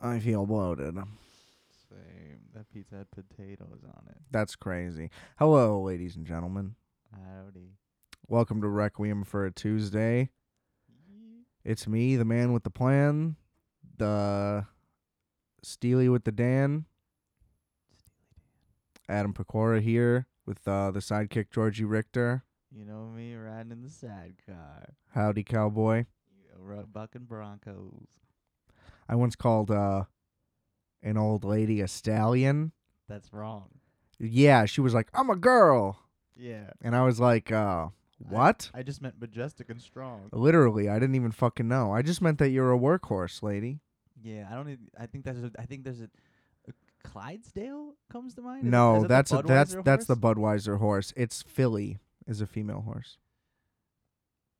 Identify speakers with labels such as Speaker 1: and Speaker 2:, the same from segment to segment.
Speaker 1: I feel bloated.
Speaker 2: Same. That pizza had potatoes on it.
Speaker 1: That's crazy. Hello, ladies and gentlemen.
Speaker 2: Howdy.
Speaker 1: Welcome to Requiem for a Tuesday. It's me, the man with the plan, the Steely with the Dan, Adam Pecora here with uh, the sidekick Georgie Richter.
Speaker 2: You know me riding in the sidecar.
Speaker 1: Howdy, cowboy.
Speaker 2: You know, ro- bucking Broncos.
Speaker 1: I once called uh, an old lady a stallion.
Speaker 2: That's wrong.
Speaker 1: Yeah, she was like, "I'm a girl,"
Speaker 2: Yeah.
Speaker 1: and I was like, uh, "What?"
Speaker 2: I just meant majestic and strong.
Speaker 1: Literally, I didn't even fucking know. I just meant that you're a workhorse, lady.
Speaker 2: Yeah, I don't. Even, I think there's. A, I think there's a, a Clydesdale comes to mind. Is it-
Speaker 1: no,
Speaker 2: is it the
Speaker 1: that's a, that's
Speaker 2: Budweiser
Speaker 1: that's the
Speaker 2: horse?
Speaker 1: Budweiser horse. It's Philly is a female horse.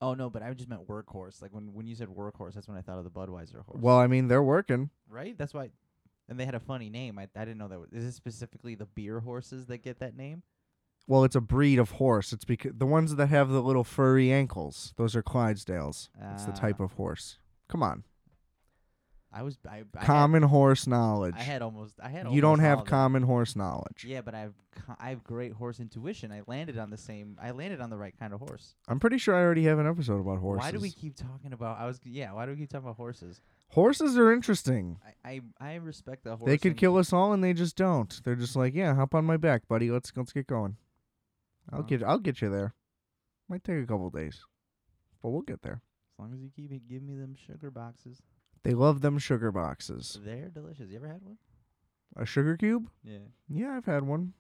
Speaker 2: oh no, but I just meant workhorse. Like when when you said workhorse, that's when I thought of the Budweiser horse.
Speaker 1: Well, I mean, they're working.
Speaker 2: right? That's why. And they had a funny name. I I didn't know that. Was, is it specifically the beer horses that get that name?
Speaker 1: Well, it's a breed of horse. It's because the ones that have the little furry ankles. Those are Clydesdales. It's the type
Speaker 2: Ah.
Speaker 1: of horse. Come on,
Speaker 2: I was I, I had-
Speaker 1: common horse knowledge.
Speaker 2: I had almost. I had.
Speaker 1: you don't
Speaker 2: almost
Speaker 1: have
Speaker 2: all of it.
Speaker 1: common horse knowledge.
Speaker 2: Yeah, but I have. co- I have great horse intuition. I landed on the same. I landed on the right kind of horse.
Speaker 1: I'm pretty sure I already have an episode about horses.
Speaker 2: Why do we keep talking about? I was. Yeah. Why do we keep talking about horses?
Speaker 1: Horses are interesting.
Speaker 2: I I, I respect the horse.
Speaker 1: They could
Speaker 2: and-
Speaker 1: kill us all, and they just don't. They're just like, yeah, hop on my back, buddy. Let's let's get going. I'll
Speaker 2: Huh.
Speaker 1: get I'll get you there. Might take a couple days, but we'll get there.
Speaker 2: As long as you keep it, give me them sugar boxes.
Speaker 1: They love them sugar boxes.
Speaker 2: They're delicious. You ever had one?
Speaker 1: A sugar cube?
Speaker 2: Yeah.
Speaker 1: Yeah, I've had one.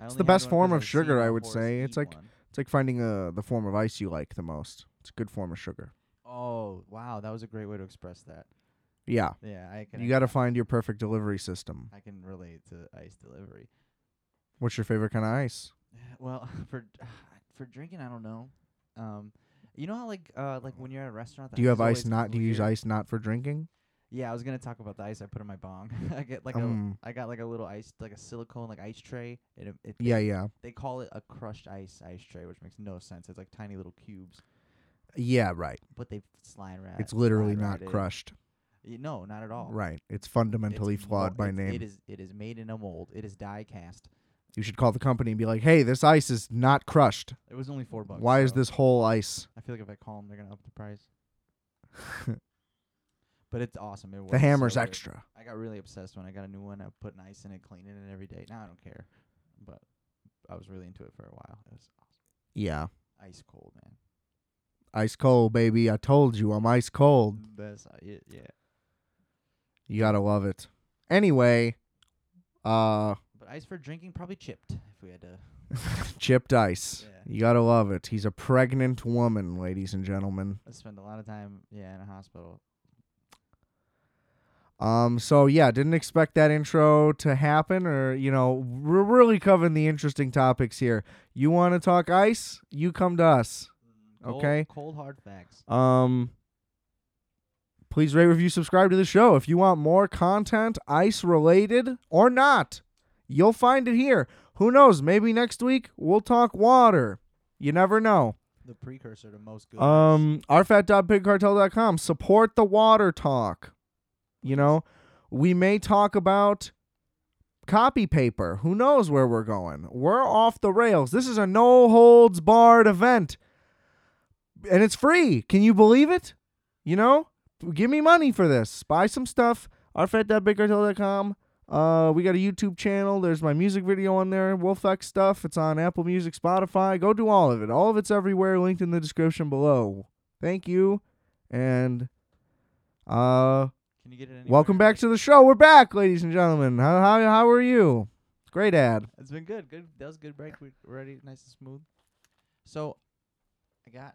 Speaker 2: I
Speaker 1: It's the
Speaker 2: only had
Speaker 1: best
Speaker 2: one 'cause
Speaker 1: form of
Speaker 2: I've seen
Speaker 1: sugar,
Speaker 2: a
Speaker 1: I would
Speaker 2: horse
Speaker 1: say.
Speaker 2: eat
Speaker 1: It's like-
Speaker 2: one.
Speaker 1: It's like finding uh, the form of ice you like the most. It's a good form of sugar.
Speaker 2: Oh wow, that was a great way to express that.
Speaker 1: Yeah,
Speaker 2: Yeah, I can.
Speaker 1: you got to find your perfect delivery system.
Speaker 2: I can relate to ice delivery.
Speaker 1: What's your favorite kind of ice?
Speaker 2: Well, for for drinking, I don't know. Um, you know how like uh like when you're at a restaurant, the
Speaker 1: Do you have
Speaker 2: is
Speaker 1: ice
Speaker 2: always
Speaker 1: not? Do you use
Speaker 2: clear?
Speaker 1: ice not for drinking?
Speaker 2: Yeah, I was gonna talk about the ice I put in my bong. I get like
Speaker 1: Mm.
Speaker 2: a I got like a little ice like a silicone like ice tray. It, it, it
Speaker 1: Yeah, yeah,
Speaker 2: They call it a crushed ice ice tray, which makes no sense. It's like tiny little cubes,
Speaker 1: yeah. Right.
Speaker 2: but they slide around.
Speaker 1: It's literally not crushed.
Speaker 2: No, not at all.
Speaker 1: Right. It's
Speaker 2: Oh. It's
Speaker 1: fundamentally
Speaker 2: mo-
Speaker 1: flawed by
Speaker 2: it's-
Speaker 1: name.
Speaker 2: It is. It is made in a mold. It is die cast.
Speaker 1: You should call the company and be like, "Hey, this ice is not crushed.
Speaker 2: It was only four bucks.
Speaker 1: Why is
Speaker 2: so
Speaker 1: this whole ice?"
Speaker 2: I feel like if I call them, they're gonna up the price. But it's awesome. It works.
Speaker 1: the hammer's
Speaker 2: so good.
Speaker 1: extra.
Speaker 2: I got really obsessed when I got a new one. I put an ice in it, cleaning it every day. Now I don't care, but I was really into it for a while. It was
Speaker 1: Yeah,
Speaker 2: ice cold, man.
Speaker 1: ice cold, baby. I told you, I'm ice cold.
Speaker 2: That's uh, it, yeah.
Speaker 1: You gotta love it. Anyway, uh,
Speaker 2: But ice for drinking, probably chipped. If we had to,
Speaker 1: chipped ice.
Speaker 2: Yeah.
Speaker 1: You gotta love it. He's a pregnant woman, ladies and gentlemen.
Speaker 2: I uh, spend a lot of time, yeah, in a hospital.
Speaker 1: Um, so yeah, didn't expect that intro to happen, or you know, we're really covering the interesting topics here. You want to talk ice? You come to us.
Speaker 2: Mm, Cold,
Speaker 1: Okay.
Speaker 2: Cold hard facts.
Speaker 1: Um, please rate, review, subscribe to the show. If you want more content, ice related or not, you'll find it here. Who knows? Maybe next week we'll talk water. You never know.
Speaker 2: The precursor to most good. ice.
Speaker 1: Um, rfat.bigcartel.com. Support the water talk. You know, we may talk about copy paper. Who knows where we're going? We're off the rails. This is a no holds barred event, and it's free. Can you believe it? You know, give me money for this. Buy some stuff. rfat.bigcartel.com. Uh, we got a YouTube channel. There's my music video on there. Wolfx stuff. It's on Apple Music, Spotify. Go do all of it. All of it's everywhere. Linked in the description below. Thank you, and uh,
Speaker 2: Can you get it? Anywhere?
Speaker 1: welcome back to the show. We're back, ladies and gentlemen. How how how are you? Great ad.
Speaker 2: It's been good. Good. That was a good break. We already nice and smooth. So, I got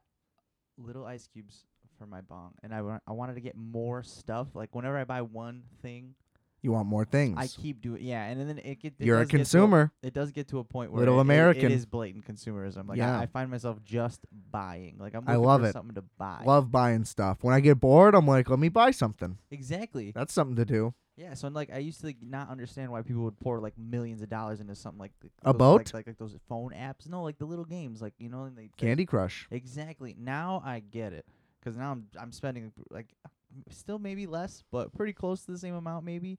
Speaker 2: little ice cubes for my bong, and I wa- I wanted to get more stuff. Like whenever I buy one thing,
Speaker 1: You want more things?
Speaker 2: I keep doing yeah, and then it get it
Speaker 1: You're a
Speaker 2: does get to
Speaker 1: consumer.
Speaker 2: it does get to a point where
Speaker 1: Little
Speaker 2: it- it-
Speaker 1: American.
Speaker 2: it is blatant consumerism. Like
Speaker 1: Yeah.
Speaker 2: I, I find myself just buying. Like I'm
Speaker 1: I
Speaker 2: looking
Speaker 1: love
Speaker 2: for
Speaker 1: it.
Speaker 2: something to buy.
Speaker 1: Love buying stuff. When I get bored, I'm like, let me buy something.
Speaker 2: exactly.
Speaker 1: That's something to do.
Speaker 2: Yeah. So like I used to like, not understand why people would pour like millions of dollars into something like th-
Speaker 1: A
Speaker 2: those,
Speaker 1: boat?
Speaker 2: like, like like those phone apps. No, like the little games, like you know, and they they-
Speaker 1: Candy Crush.
Speaker 2: Exactly. Now I get it. 'Cause now I'm I'm spending like m- still maybe less, but pretty close to the same amount maybe.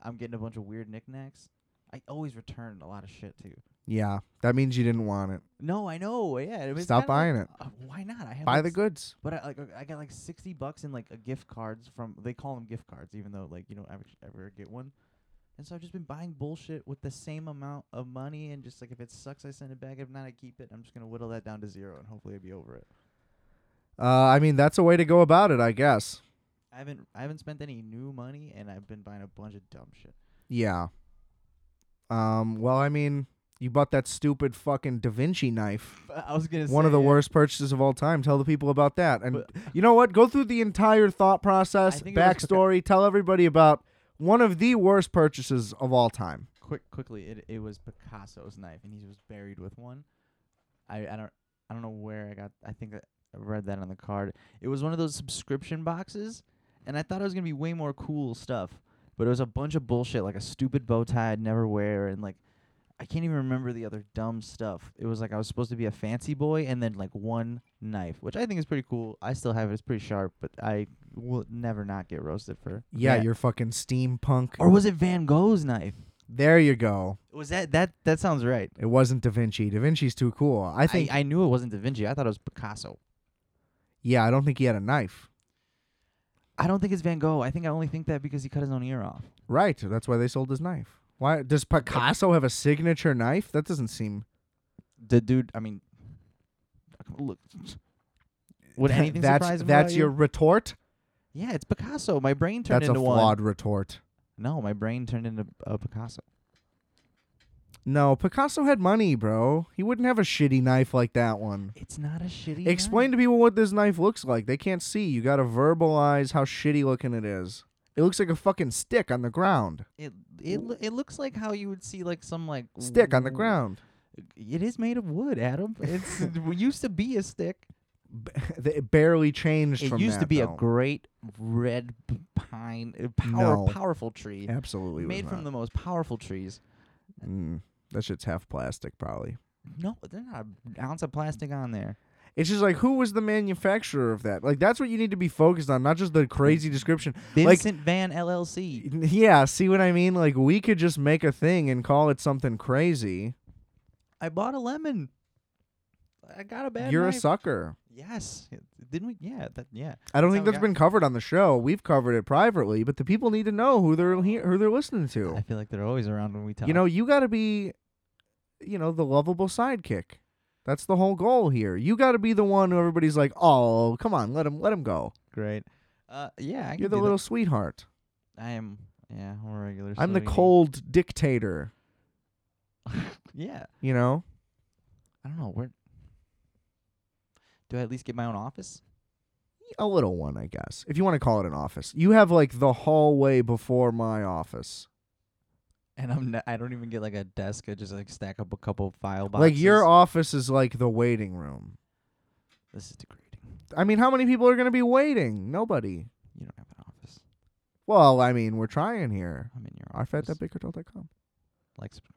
Speaker 2: I'm getting a bunch of weird knickknacks. I always return a lot of shit too.
Speaker 1: Yeah, that means you didn't want it.
Speaker 2: No, I know. Yeah, it was
Speaker 1: Stop
Speaker 2: kinda like-
Speaker 1: buying it.
Speaker 2: Uh, why not? I have
Speaker 1: Buy
Speaker 2: like
Speaker 1: the
Speaker 2: s-
Speaker 1: goods.
Speaker 2: But I like uh, I got like sixty bucks in like a gift cards from they call them gift cards even though like you don't ever ever get one, and so I've just been buying bullshit with the same amount of money and just like if it sucks I send it back if not I keep it I'm just gonna whittle that down to zero and hopefully I'd be over it.
Speaker 1: Uh, I mean, that's a way to go about it, I guess.
Speaker 2: I haven't I haven't spent any new money and I've been buying a bunch of dumb shit.
Speaker 1: Yeah. Um. Well, I mean, you bought that stupid fucking Da Vinci knife.
Speaker 2: I was gonna
Speaker 1: One of
Speaker 2: say,
Speaker 1: the
Speaker 2: yeah,
Speaker 1: worst purchases of all time. Tell the people about that. And
Speaker 2: but
Speaker 1: you know what? Go through the entire thought process,
Speaker 2: think it was-
Speaker 1: backstory. tell everybody about one of the worst purchases of all time.
Speaker 2: quick quickly it it was Picasso's knife and he was buried with one. I I don't I don't know where I got I think that I read that on the card. It was one of those subscription boxes and I thought it was going to be way more cool stuff, but it was a bunch of bullshit like a stupid bow tie I'd never wear and like I can't even remember the other dumb stuff. It was like I was supposed to be a fancy boy and then like one knife, which I think is pretty cool. I still have it. It's pretty sharp, but I will never not get roasted for.
Speaker 1: Yeah,
Speaker 2: that.
Speaker 1: your fucking steampunk.
Speaker 2: or was it Van Gogh's knife?
Speaker 1: there you go.
Speaker 2: Was that that that sounds right?
Speaker 1: It wasn't Da Vinci. Da Vinci's too cool. I
Speaker 2: I
Speaker 1: think.
Speaker 2: I, knew it wasn't Da Vinci. I thought it was Picasso.
Speaker 1: yeah, I don't think he had a knife.
Speaker 2: I don't think it's Van Gogh. I think I only think that because he cut his own ear off.
Speaker 1: Right. That's why they sold his knife. Why does Picasso have a signature knife? That doesn't seem.
Speaker 2: The dude. I mean, oh, look. Would
Speaker 1: Th-
Speaker 2: anything
Speaker 1: that's
Speaker 2: surprise me?
Speaker 1: that's
Speaker 2: about
Speaker 1: your
Speaker 2: You?
Speaker 1: retort.
Speaker 2: Yeah, it's Picasso. My brain turned
Speaker 1: that's a
Speaker 2: into one.
Speaker 1: flawed retort.
Speaker 2: No, my brain turned into a Picasso.
Speaker 1: No, Picasso had money, bro. He wouldn't have a shitty knife like that one.
Speaker 2: It's not a shitty.
Speaker 1: Explain to people what this knife looks like. They can't see. You got to verbalize how shitty looking it is. It looks like a fucking stick on the ground.
Speaker 2: It it loo- it looks like how you would see like some like
Speaker 1: Stick on the
Speaker 2: w-
Speaker 1: ground.
Speaker 2: It is made of wood, Adam. It's it used to be a stick.
Speaker 1: B- it barely changed
Speaker 2: It
Speaker 1: from
Speaker 2: used to
Speaker 1: that,
Speaker 2: be a
Speaker 1: though.
Speaker 2: great red p- pine, uh, power,
Speaker 1: No.
Speaker 2: powerful tree
Speaker 1: Absolutely
Speaker 2: made from the most powerful trees.
Speaker 1: the mm, that shit's half plastic probably.
Speaker 2: No, there's not an ounce of plastic on there.
Speaker 1: It's just like who was the manufacturer of that? Like that's what you need to be focused on, not just the crazy description. Like-
Speaker 2: Vincent Van LLC.
Speaker 1: Yeah, see what I mean? Like we could just make a thing and call it something crazy.
Speaker 2: I bought a lemon. I got a bad.
Speaker 1: You're
Speaker 2: knife.
Speaker 1: a sucker.
Speaker 2: Yes, didn't we? Yeah, that. Yeah.
Speaker 1: I don't think
Speaker 2: That's how we
Speaker 1: that's
Speaker 2: got-
Speaker 1: been covered on the show. We've covered it privately, but the people need to know who they're he- who they're listening
Speaker 2: I
Speaker 1: to.
Speaker 2: feel like they're always around when we talk.
Speaker 1: You know, you got to be you know, the lovable sidekick. That's the whole goal here. You got to be the one who everybody's like, "Oh, come on, let him let him go."
Speaker 2: great. Uh, yeah, I can
Speaker 1: You're the
Speaker 2: do that.
Speaker 1: little sweetheart.
Speaker 2: I am. Yeah, I'm a regular.
Speaker 1: I'm the
Speaker 2: sweetie.
Speaker 1: cold dictator,
Speaker 2: Yeah,
Speaker 1: you know?
Speaker 2: I don't know where. Do I at least get my own office?
Speaker 1: A little one, I guess. If you want to call it an office. You have like the hallway before my office.
Speaker 2: And I'm not, I don't even get like a desk. I just like stack up a couple of file boxes.
Speaker 1: Like your office is like the waiting room.
Speaker 2: This is degrading.
Speaker 1: I mean, how many people are going to be waiting? Nobody.
Speaker 2: You don't have an office.
Speaker 1: Well, I mean, we're trying here.
Speaker 2: I'm in your office.
Speaker 1: rfatthatbigcartel.com.
Speaker 2: Like subscribe.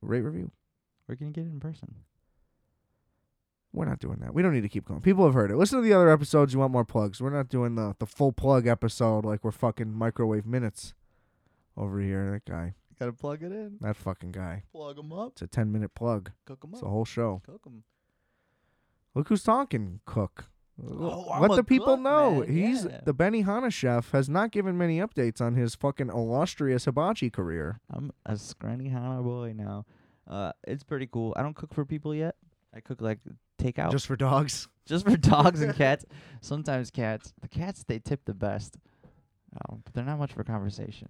Speaker 1: Rate review.
Speaker 2: We're gonna get it in person.
Speaker 1: We're not doing that. We don't need to keep going. People have heard it. Listen to the other episodes. You want more plugs? We're not doing the the full plug episode like we're fucking microwave minutes over here. That guy.
Speaker 2: Gotta plug it in.
Speaker 1: That fucking guy.
Speaker 2: Plug them up.
Speaker 1: It's a ten minute plug.
Speaker 2: Cook them
Speaker 1: It's a whole show.
Speaker 2: Cook them.
Speaker 1: Look who's talking, Cook.
Speaker 2: Oh, I'm
Speaker 1: Let
Speaker 2: a
Speaker 1: the people
Speaker 2: cook,
Speaker 1: know
Speaker 2: man.
Speaker 1: he's
Speaker 2: Yeah.
Speaker 1: the Benihana chef. Has not given many updates on his fucking illustrious hibachi career.
Speaker 2: I'm a scrawny Hana boy now. Uh, it's pretty cool. I don't cook for people yet. I cook like takeout.
Speaker 1: Just for dogs.
Speaker 2: just for dogs and cats. Sometimes cats. The cats they tip the best. Um, but they're not much for conversation.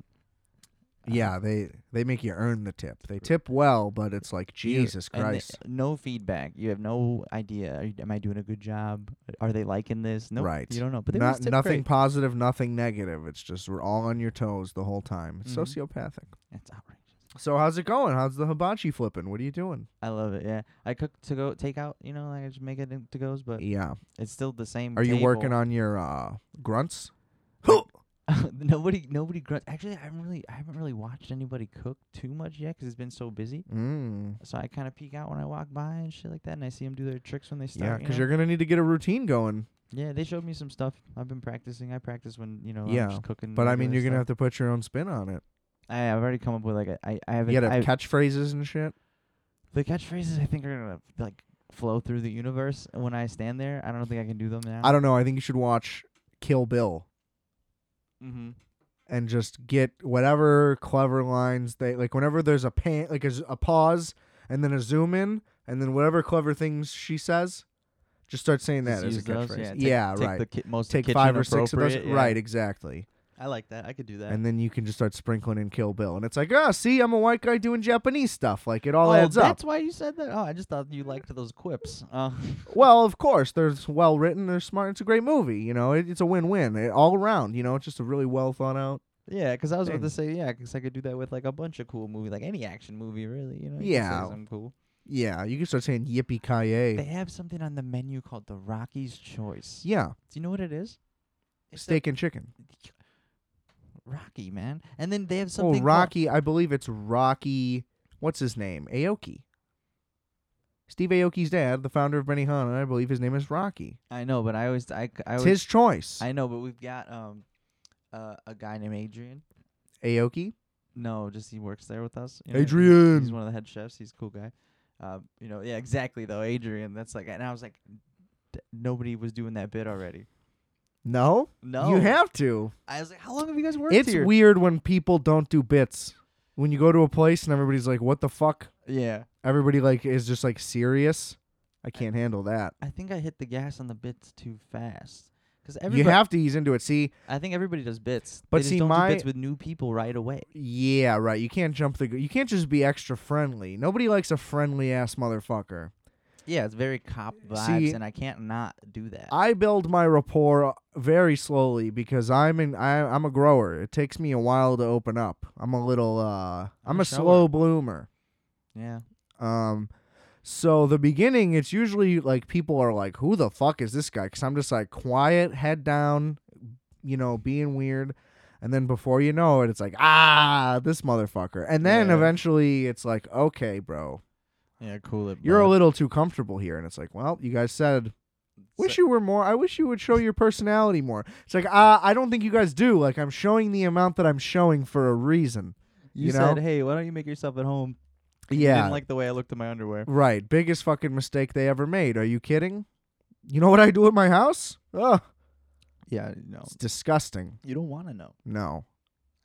Speaker 2: Uh,
Speaker 1: Yeah, they they make you earn the tip. They tip well, but it's like
Speaker 2: You-
Speaker 1: Jesus
Speaker 2: and the-
Speaker 1: Christ.
Speaker 2: no feedback. You have no idea. Are you, am I doing a good job? Are they liking this? No,
Speaker 1: Right.
Speaker 2: You don't know. But they
Speaker 1: Not
Speaker 2: always tip
Speaker 1: nothing
Speaker 2: great.
Speaker 1: positive, nothing negative. It's just we're all on your toes the whole time. It's
Speaker 2: Mhm.
Speaker 1: sociopathic.
Speaker 2: It's outrageous.
Speaker 1: So how's it going? How's the hibachi flipping? What are you doing?
Speaker 2: I love it. Yeah, I cook to go, take out. You know, like I just make it in to goes, but
Speaker 1: Yeah.
Speaker 2: it's still the same.
Speaker 1: Are you working
Speaker 2: table.
Speaker 1: on your uh grunts?
Speaker 2: nobody nobody grunts. Actually, I'm really I haven't really watched anybody cook too much yet 'cause it's been so busy.
Speaker 1: Mm.
Speaker 2: So I kind of peek out when I walk by and shit like that, and I see them do their tricks when they
Speaker 1: Yeah,
Speaker 2: start. you
Speaker 1: because
Speaker 2: know?
Speaker 1: you're gonna need to get a routine going.
Speaker 2: Yeah, they showed me some stuff. I've been practicing. I practice when you know
Speaker 1: Yeah,
Speaker 2: I'm just cooking.
Speaker 1: But I
Speaker 2: regular
Speaker 1: mean, you're gonna
Speaker 2: stuff.
Speaker 1: have to put your own spin on it.
Speaker 2: I, I've already come up with like a, I I haven't.
Speaker 1: You gotta
Speaker 2: I,
Speaker 1: have catchphrases and shit.
Speaker 2: the catchphrases I think are gonna like flow through the universe when I stand there. I don't think I can do them now.
Speaker 1: I don't know. I think you should watch Kill Bill
Speaker 2: mm-hmm.
Speaker 1: and just get whatever clever lines they like. Whenever there's a pan, like a, z- a pause and then a zoom in, and then whatever clever things she says, just start saying
Speaker 2: Just
Speaker 1: that as a
Speaker 2: use those,
Speaker 1: catchphrase.
Speaker 2: yeah, take- Take
Speaker 1: right.
Speaker 2: the ki- most
Speaker 1: Take five
Speaker 2: kitchen
Speaker 1: or six of those.
Speaker 2: appropriate, yeah.
Speaker 1: Right, exactly.
Speaker 2: I like that. I could do that.
Speaker 1: And then you can just start sprinkling in Kill Bill, and it's like, ah, see, I'm a white guy doing Japanese stuff. Like it all
Speaker 2: oh,
Speaker 1: adds up.
Speaker 2: that's why you said that. Oh, I just thought you liked those quips. Uh,
Speaker 1: Well, of course, they're well written, they're smart. It's a great movie, you know. It, it's a win-win eh, all around. You know, it's just a really well thought out.
Speaker 2: yeah, 'cause I was about
Speaker 1: Dang.
Speaker 2: to say yeah, 'cause I could do that with like a bunch of cool movie, like any action movie, really. You know? you could say
Speaker 1: Yeah.
Speaker 2: something cool.
Speaker 1: Yeah, you can start saying yippee ki
Speaker 2: They
Speaker 1: yay.
Speaker 2: have something on the menu called the Rocky's Choice.
Speaker 1: Yeah,
Speaker 2: Do you know what it is? It's the-
Speaker 1: steak and chicken. Oh,
Speaker 2: Rocky, man. And then they
Speaker 1: Oh,
Speaker 2: have something. called-
Speaker 1: Rocky, I believe it's Rocky. What's his name? Aoki. Steve Aoki's dad, the founder of Benihana, I believe his name is Rocky.
Speaker 2: I know, but I always I c- I
Speaker 1: It's
Speaker 2: always,
Speaker 1: his choice.
Speaker 2: I know, but we've got um uh, a guy named Adrian.
Speaker 1: Aoki.
Speaker 2: No, just he works there with us. you know, he's-
Speaker 1: Adrian.
Speaker 2: He's one of the head chefs. He's a cool guy. Um, you know, yeah, exactly though, Adrian. That's like, and I was like, d- nobody was doing that bit already.
Speaker 1: No,
Speaker 2: No,
Speaker 1: you have to.
Speaker 2: I was like, how long have you guys worked
Speaker 1: It's
Speaker 2: here?
Speaker 1: weird when people don't do bits. When you go to a place and everybody's like, "What the fuck."
Speaker 2: yeah,
Speaker 1: everybody like is just like serious. I can't handle that.
Speaker 2: I think I hit the gas on the bits too fast. Because
Speaker 1: You
Speaker 2: everybody,
Speaker 1: have to ease into it. See,
Speaker 2: I think everybody does bits.
Speaker 1: But
Speaker 2: they just
Speaker 1: see,
Speaker 2: don't
Speaker 1: my-
Speaker 2: do bits with new people right away.
Speaker 1: yeah, right. You can't jump the. gu- You can't just be extra friendly. Nobody likes a friendly ass motherfucker.
Speaker 2: Yeah, it's very cop vibes,
Speaker 1: See-
Speaker 2: and I can't not do that.
Speaker 1: I build my rapport very slowly because I'm in. I, I'm a grower. It takes me a while to open up. I'm a little. uh I'm
Speaker 2: a
Speaker 1: a slow bloomer.
Speaker 2: yeah,
Speaker 1: Um, so the beginning, it's usually like people are like, "Who the fuck is this guy?" Because I'm just like quiet, head down, you know, being weird. And then before you know it, it's like, ah, this motherfucker. And then
Speaker 2: Yeah.
Speaker 1: eventually, it's like, okay, bro,
Speaker 2: yeah, cool it.
Speaker 1: you're a
Speaker 2: bud.
Speaker 1: little too comfortable here. And it's like, well, you guys said. Wish you were more. I wish you would show your personality more. It's like, uh, I don't think you guys do. Like, I'm showing the amount that I'm showing for a reason.
Speaker 2: You,
Speaker 1: you
Speaker 2: said,
Speaker 1: know?
Speaker 2: "Hey, why don't you make yourself at home?" You
Speaker 1: Yeah.
Speaker 2: didn't like the way I looked at my underwear.
Speaker 1: Right. Biggest fucking mistake they ever made. Are you kidding? You know what I do at my house? Ugh.
Speaker 2: Yeah, no,
Speaker 1: It's disgusting.
Speaker 2: you don't want to know.
Speaker 1: No.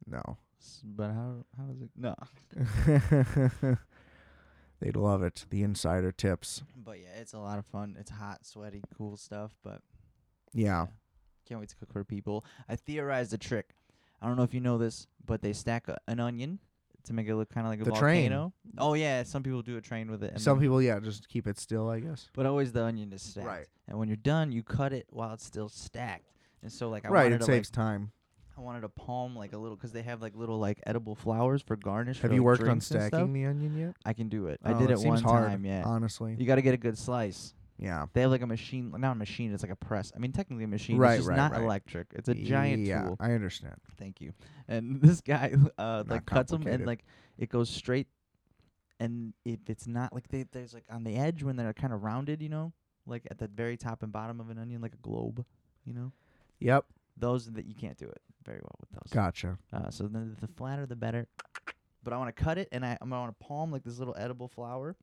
Speaker 1: No.
Speaker 2: S- But how how is it? No,
Speaker 1: They'd love it. The insider tips.
Speaker 2: but yeah, it's a lot of fun. It's hot, sweaty, cool stuff. But
Speaker 1: Yeah.
Speaker 2: can't wait to cook for people. I theorized a trick. I don't know if you know this, but they stack a, an onion to make it look kind of like a
Speaker 1: The train.
Speaker 2: volcano. Oh yeah, some people do a train with it. and
Speaker 1: Some
Speaker 2: then-
Speaker 1: people, yeah, just keep it still, I guess.
Speaker 2: But always the onion is stacked.
Speaker 1: Right.
Speaker 2: And when you're done, you cut it while it's still stacked. And so like I
Speaker 1: right.
Speaker 2: wanted
Speaker 1: It
Speaker 2: to
Speaker 1: saves
Speaker 2: like
Speaker 1: time.
Speaker 2: I wanted to palm like a little because they have like little like edible flowers for garnish.
Speaker 1: Have
Speaker 2: for,
Speaker 1: you
Speaker 2: like,
Speaker 1: worked on
Speaker 2: drinks and stuff.
Speaker 1: stacking the onion yet?
Speaker 2: I can do it.
Speaker 1: Oh,
Speaker 2: I did it,
Speaker 1: seems
Speaker 2: one
Speaker 1: hard,
Speaker 2: time. Yeah.
Speaker 1: Honestly.
Speaker 2: you got to get a good slice.
Speaker 1: Yeah.
Speaker 2: They have like a machine, not a machine. It's like a press. I mean, technically a machine.
Speaker 1: Right,
Speaker 2: It's just
Speaker 1: right,
Speaker 2: not
Speaker 1: right.
Speaker 2: electric. It's a giant
Speaker 1: yeah,
Speaker 2: tool.
Speaker 1: I understand.
Speaker 2: Thank you. And this guy uh,
Speaker 1: Not
Speaker 2: like cuts them
Speaker 1: complicated.
Speaker 2: and like it goes straight. And if it's not like they, there's like on the edge when they're kind of rounded, you know, like at the very top and bottom of an onion, like a globe, you know,
Speaker 1: Yep.
Speaker 2: those that you can't do it very well with those.
Speaker 1: Gotcha.
Speaker 2: Uh, so then the flatter the better. But I want to cut it and I, I'm going to palm like this little edible flower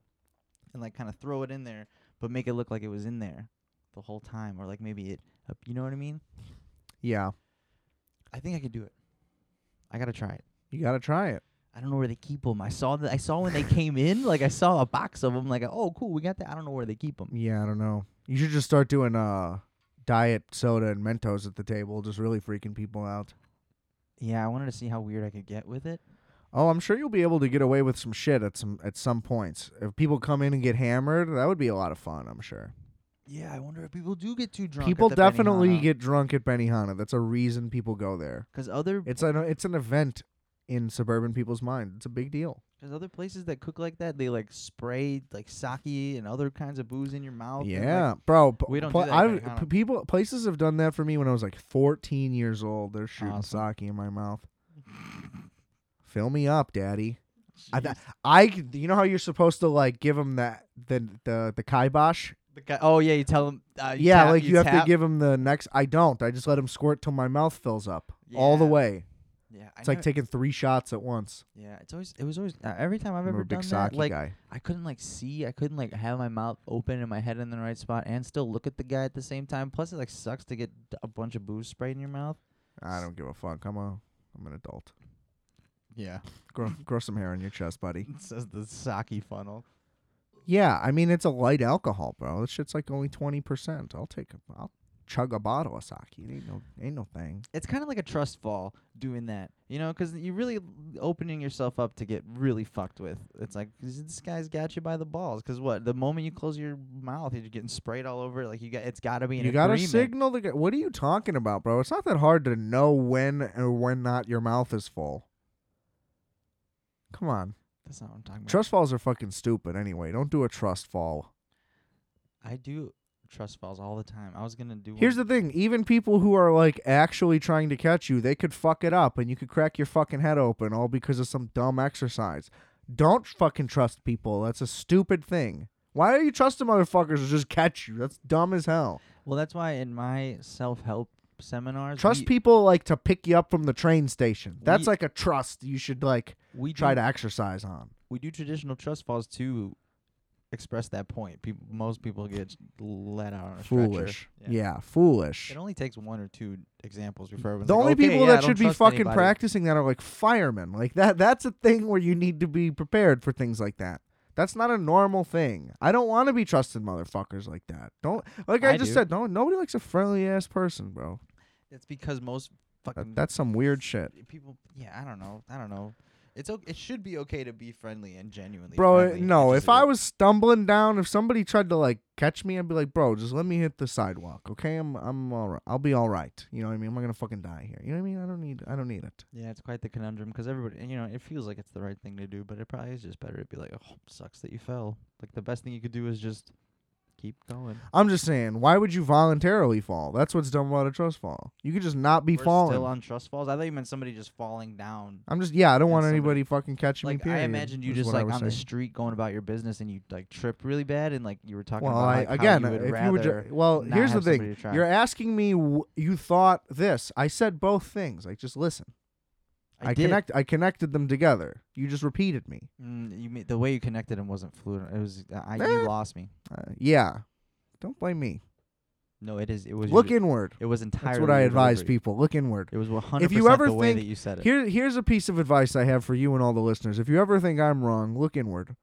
Speaker 2: and like kind of throw it in there, but make it look like it was in there the whole time or like maybe it, uh, you know what I mean?
Speaker 1: Yeah.
Speaker 2: I think I could do it. I got to try it.
Speaker 1: You got to try it.
Speaker 2: I don't know where they keep 'em. I saw that I saw when they came in, like I saw a box of 'em. like oh cool, we got that. I don't know where they keep 'em.
Speaker 1: Yeah, I don't know. You should just start doing uh diet soda and Mentos at the table, just really freaking people out.
Speaker 2: Yeah, I wanted to see how weird I could get with it.
Speaker 1: Oh, I'm sure you'll be able to get away with some shit at some at some points. If people come in and get hammered, that would be a lot of fun, I'm sure.
Speaker 2: Yeah, I wonder if people do get too drunk.
Speaker 1: people definitely get drunk at Benihana. That's a reason people go there.
Speaker 2: because other
Speaker 1: It's an it's an event in suburban people's mind. It's a big deal.
Speaker 2: Because other places that cook like that, they like spray like sake and other kinds of booze in your mouth. and, like,
Speaker 1: yeah, bro. p-
Speaker 2: we don't
Speaker 1: pl-
Speaker 2: do that
Speaker 1: I
Speaker 2: in
Speaker 1: don't-
Speaker 2: Benihana.
Speaker 1: p- people places have done that for me when I was like 14 years old. They're shooting
Speaker 2: Awesome.
Speaker 1: sake in my mouth. Fill me up, daddy. I, th-
Speaker 2: jeez.
Speaker 1: I, c- you know how you're supposed to like give them that the the the kibosh.
Speaker 2: The guy, oh yeah, you tell him. Uh, you
Speaker 1: yeah,
Speaker 2: tap-
Speaker 1: like you, have
Speaker 2: tap.
Speaker 1: to give them the next. I don't. I just let them squirt till my mouth fills up all the
Speaker 2: Yeah.
Speaker 1: way.
Speaker 2: Yeah, I
Speaker 1: It's like
Speaker 2: never-
Speaker 1: taking three shots at once.
Speaker 2: yeah, it's always it was always uh, every time I've
Speaker 1: I'm
Speaker 2: ever
Speaker 1: a big
Speaker 2: done that.
Speaker 1: sake
Speaker 2: Like
Speaker 1: guy.
Speaker 2: I couldn't like see, I couldn't like have my mouth open and my head in the right spot and still look at the guy at the same time. Plus, it like sucks to get d- a bunch of booze sprayed in your mouth.
Speaker 1: I don't give a fuck. I'm a I'm an adult.
Speaker 2: Yeah,
Speaker 1: Grow grow some hair on your chest, buddy.
Speaker 2: it says the sake funnel.
Speaker 1: Yeah, I mean it's a light alcohol, bro. This shit's like only twenty percent. I'll take a I'll chug a bottle of sake. It ain't no ain't no thing.
Speaker 2: It's kind of like a trust fall doing that, you know, 'cause you're really l- opening yourself up to get really fucked with. It's like 'cause this guy's got you by the balls. 'Cause what? The moment you close your mouth, you're getting sprayed all over. Like you got, it's got to be an
Speaker 1: you gotta
Speaker 2: agreement.
Speaker 1: signal the guy. What are you talking about, bro? It's not that hard to know when or when not your mouth is full. Come on,
Speaker 2: That's not what I'm talking about.
Speaker 1: trust falls are fucking stupid. Anyway, don't do a trust fall.
Speaker 2: I do trust falls all the time. I was gonna do.
Speaker 1: Here's
Speaker 2: one-
Speaker 1: the thing: even people who are like actually trying to catch you, they could fuck it up, and you could crack your fucking head open all because of some dumb exercise. Don't fucking trust people. That's a stupid thing. Why are you trusting motherfuckers to just catch you? That's dumb as hell.
Speaker 2: Well, that's why in my self help seminars,
Speaker 1: Trust
Speaker 2: we,
Speaker 1: people like to pick you up from the train station. That's
Speaker 2: We-
Speaker 1: like a trust you should like
Speaker 2: We
Speaker 1: try
Speaker 2: do,
Speaker 1: to exercise on.
Speaker 2: We do traditional trust falls to express that point. People, most people get let out on a stretcher.
Speaker 1: Foolish. Yeah, foolish.
Speaker 2: It only takes one or two examples before everyone's
Speaker 1: The
Speaker 2: like,
Speaker 1: only
Speaker 2: "Okay,
Speaker 1: people
Speaker 2: yeah, I
Speaker 1: that
Speaker 2: don't
Speaker 1: should be
Speaker 2: trust
Speaker 1: fucking
Speaker 2: anybody."
Speaker 1: practicing that are like firemen. Like that that's a thing where you need to be prepared for things like that. That's not a normal thing. I don't want to be trusted motherfuckers like that. Don't like I,
Speaker 2: I
Speaker 1: just
Speaker 2: do.
Speaker 1: said, don't nobody likes a friendly ass person, bro.
Speaker 2: It's because most fucking
Speaker 1: That, that's some weird shit.
Speaker 2: people. Yeah, I don't know. I don't know. It's okay. It should be okay to be friendly and genuinely.
Speaker 1: Bro,
Speaker 2: friendly. It
Speaker 1: no,
Speaker 2: just
Speaker 1: if I
Speaker 2: isn't.
Speaker 1: was stumbling down, if somebody tried to like catch me, I'd be like, "Bro, just let me hit the sidewalk, okay? I'm I'm all right. I'll be all right. You know what I mean? I'm not going to fucking die here. You know what I mean? I don't need I don't need it.
Speaker 2: Yeah, it's quite the conundrum 'cause everybody, you know, it feels like it's the right thing to do, but it probably is just better to be like, oh, sucks that you fell. Like the best thing you could do is just keep going.
Speaker 1: I'm just saying, why would you voluntarily fall? That's what's dumb about a trust fall. You could just not be falling.
Speaker 2: still on trust falls. I thought you meant somebody just falling down.
Speaker 1: I'm just yeah, I don't
Speaker 2: And
Speaker 1: want
Speaker 2: somebody-
Speaker 1: anybody fucking catching me.
Speaker 2: Like
Speaker 1: Period,
Speaker 2: I imagined you
Speaker 1: is
Speaker 2: just
Speaker 1: what I
Speaker 2: like on
Speaker 1: was
Speaker 2: the
Speaker 1: saying.
Speaker 2: street going about your business and you like tripped really bad and like you were talking
Speaker 1: Well,
Speaker 2: about
Speaker 1: I,
Speaker 2: like,
Speaker 1: again,
Speaker 2: how you would
Speaker 1: if
Speaker 2: rather
Speaker 1: you were, ju- well,
Speaker 2: not
Speaker 1: here's the
Speaker 2: have
Speaker 1: thing:
Speaker 2: somebody to try.
Speaker 1: you're asking me w- you thought this. I said both things. Like just listen.
Speaker 2: I, did.
Speaker 1: connect. I connected them together. You just repeated me.
Speaker 2: Mm, you mean, the way you connected him wasn't fluid. It was I,
Speaker 1: Eh.
Speaker 2: you lost me.
Speaker 1: Uh, yeah. Don't blame me.
Speaker 2: No, it is. It was
Speaker 1: Look
Speaker 2: your,
Speaker 1: inward.
Speaker 2: It was entirely.
Speaker 1: That's what I
Speaker 2: your
Speaker 1: advise
Speaker 2: delivery.
Speaker 1: people. Look inward.
Speaker 2: It was 100%
Speaker 1: If you ever
Speaker 2: the way
Speaker 1: think-
Speaker 2: that you said it.
Speaker 1: Here, here's a piece of advice I have for you and all the listeners. If you ever think I'm wrong, look inward.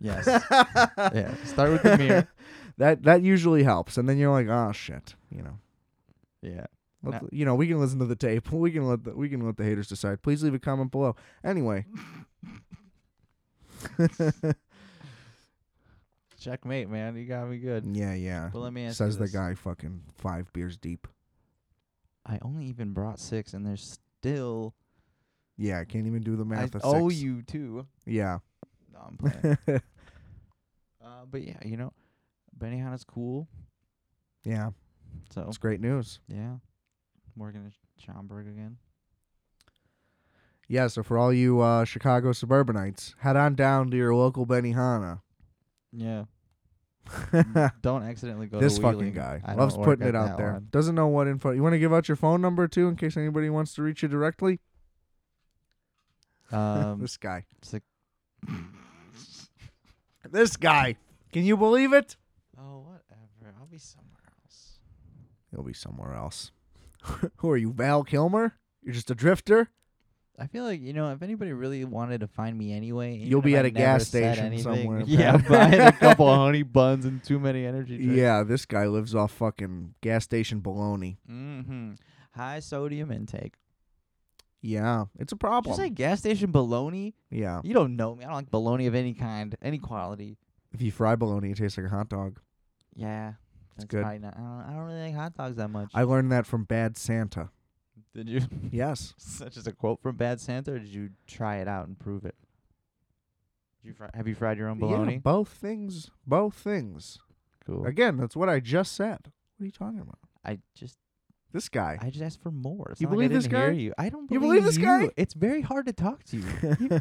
Speaker 2: yes.
Speaker 1: yeah,
Speaker 2: yeah. Start with the mirror.
Speaker 1: that that usually helps, and then you're like, oh shit, you know.
Speaker 2: Yeah.
Speaker 1: Let the- you know, we can listen to the tape. We can let the we can let the haters decide. Please leave a comment below. Anyway,
Speaker 2: Checkmate, man. You got me good.
Speaker 1: yeah, yeah.
Speaker 2: Well, let me ask
Speaker 1: Says
Speaker 2: you
Speaker 1: the
Speaker 2: this.
Speaker 1: guy fucking five beers deep.
Speaker 2: I only even brought six, and there's still.
Speaker 1: Yeah, I can't even do the
Speaker 2: I
Speaker 1: math. of
Speaker 2: owe
Speaker 1: six.
Speaker 2: you two.
Speaker 1: Yeah.
Speaker 2: No, I'm playing. uh, but yeah, you know, Benihana's cool.
Speaker 1: yeah,
Speaker 2: So
Speaker 1: it's
Speaker 2: Oh.
Speaker 1: great news.
Speaker 2: yeah, we're gonna Schomburg again.
Speaker 1: Yeah, so for all you uh, Chicago suburbanites, head on down to your local Benihana.
Speaker 2: Yeah. Don't accidentally go.
Speaker 1: this
Speaker 2: to
Speaker 1: fucking
Speaker 2: Wheeling.
Speaker 1: guy
Speaker 2: I
Speaker 1: loves
Speaker 2: don't work
Speaker 1: putting it
Speaker 2: at
Speaker 1: out
Speaker 2: that
Speaker 1: there.
Speaker 2: one.
Speaker 1: Doesn't know what info. You want to give out your phone number too, in case anybody wants to reach you directly.
Speaker 2: Um,
Speaker 1: this guy.
Speaker 2: six-
Speaker 1: This guy. Can you believe it?
Speaker 2: oh whatever. I'll be somewhere else.
Speaker 1: He'll be somewhere else. Who are you, Val Kilmer? You're just a drifter.
Speaker 2: I feel like you know if anybody really wanted to find me anyway, even
Speaker 1: You'll be
Speaker 2: if
Speaker 1: at
Speaker 2: I
Speaker 1: a gas
Speaker 2: never said
Speaker 1: station
Speaker 2: anything-
Speaker 1: somewhere,
Speaker 2: Yeah,
Speaker 1: Pat.
Speaker 2: buying a couple of honey buns and too many energy drinks.
Speaker 1: Yeah, this guy lives off fucking gas station baloney.
Speaker 2: Mm-hmm. High sodium intake.
Speaker 1: Yeah, it's a
Speaker 2: Did you
Speaker 1: problem.
Speaker 2: say gas station bologna?
Speaker 1: yeah,
Speaker 2: You don't know me. I don't like bologna of any kind, any quality.
Speaker 1: if you fry baloney, it tastes like a hot dog.
Speaker 2: Yeah, that's
Speaker 1: good.
Speaker 2: probably not. I don't, I don't really like hot dogs that much.
Speaker 1: I learned that from Bad Santa.
Speaker 2: Did you?
Speaker 1: Yes.
Speaker 2: Such as a quote from Bad Santa, or did you try it out and prove it? Did you fry, have you fried your own bologna?
Speaker 1: Yeah, both things. Both things.
Speaker 2: cool.
Speaker 1: Again, that's what I just said. What are you talking about?
Speaker 2: I just
Speaker 1: This guy.
Speaker 2: I just asked for more. It's
Speaker 1: You
Speaker 2: not like I
Speaker 1: believe this
Speaker 2: didn't hear
Speaker 1: guy?
Speaker 2: you. I don't
Speaker 1: You
Speaker 2: believe
Speaker 1: believe this guy?
Speaker 2: you. It's very hard to talk to you.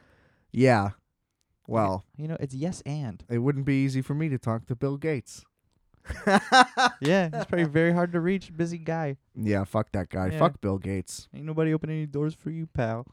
Speaker 1: yeah. Well,
Speaker 2: you know, it's yes and.
Speaker 1: it wouldn't be easy for me to talk to Bill Gates.
Speaker 2: Yeah, he's probably very hard to reach. Busy guy.
Speaker 1: Yeah, fuck that guy.
Speaker 2: Yeah.
Speaker 1: Fuck Bill Gates.
Speaker 2: Ain't nobody opening any doors for you, pal.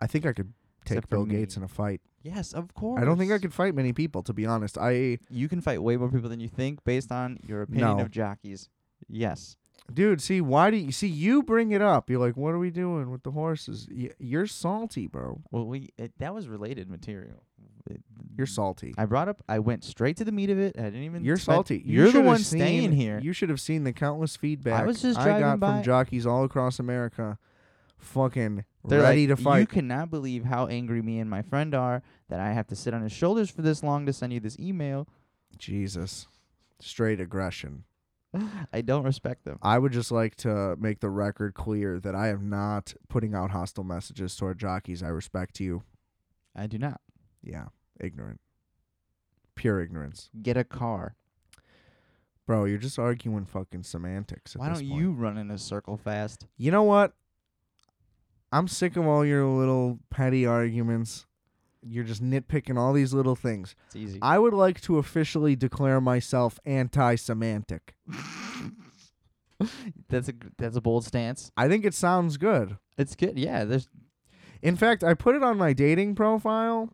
Speaker 1: I think I could take
Speaker 2: Except for
Speaker 1: Bill Gates
Speaker 2: me.
Speaker 1: in a fight.
Speaker 2: Yes, of course.
Speaker 1: I don't think I could fight many people, to be honest. I,
Speaker 2: You can fight way more people than you think based on your opinion
Speaker 1: No.
Speaker 2: of jockeys. Yes.
Speaker 1: dude, see, why do you see you bring it up? You're like, what are we doing with the horses? Y- you're salty, bro.
Speaker 2: Well, we it, that was related material. It-
Speaker 1: You're salty.
Speaker 2: I brought up. I went straight to the meat of it. I didn't even.
Speaker 1: You're
Speaker 2: spend-
Speaker 1: salty. You
Speaker 2: You're the
Speaker 1: should have
Speaker 2: one
Speaker 1: seen-
Speaker 2: staying here.
Speaker 1: You should have seen the countless feedback
Speaker 2: was just
Speaker 1: I got
Speaker 2: driving by-
Speaker 1: from jockeys all across America, fucking
Speaker 2: They're
Speaker 1: ready
Speaker 2: like,
Speaker 1: to fight.
Speaker 2: You cannot believe how angry me and my friend are that I have to sit on his shoulders for this long to send you this email.
Speaker 1: Jesus, straight aggression.
Speaker 2: I don't respect them.
Speaker 1: I would just like to make the record clear that I am not putting out hostile messages toward jockeys. I respect you.
Speaker 2: I do not.
Speaker 1: Yeah, ignorant, pure ignorance,
Speaker 2: Get a car.
Speaker 1: bro. You're just arguing fucking semantics. At
Speaker 2: Why
Speaker 1: this
Speaker 2: don't
Speaker 1: point.
Speaker 2: you run in a circle fast?
Speaker 1: You know what? I'm sick of all your little petty arguments. You're just nitpicking all these little things.
Speaker 2: It's easy.
Speaker 1: I would like to officially declare myself anti-semantic.
Speaker 2: that's a g- that's a bold stance.
Speaker 1: I think it sounds good.
Speaker 2: It's good. Yeah. There's
Speaker 1: In fact, I put it on my dating profile,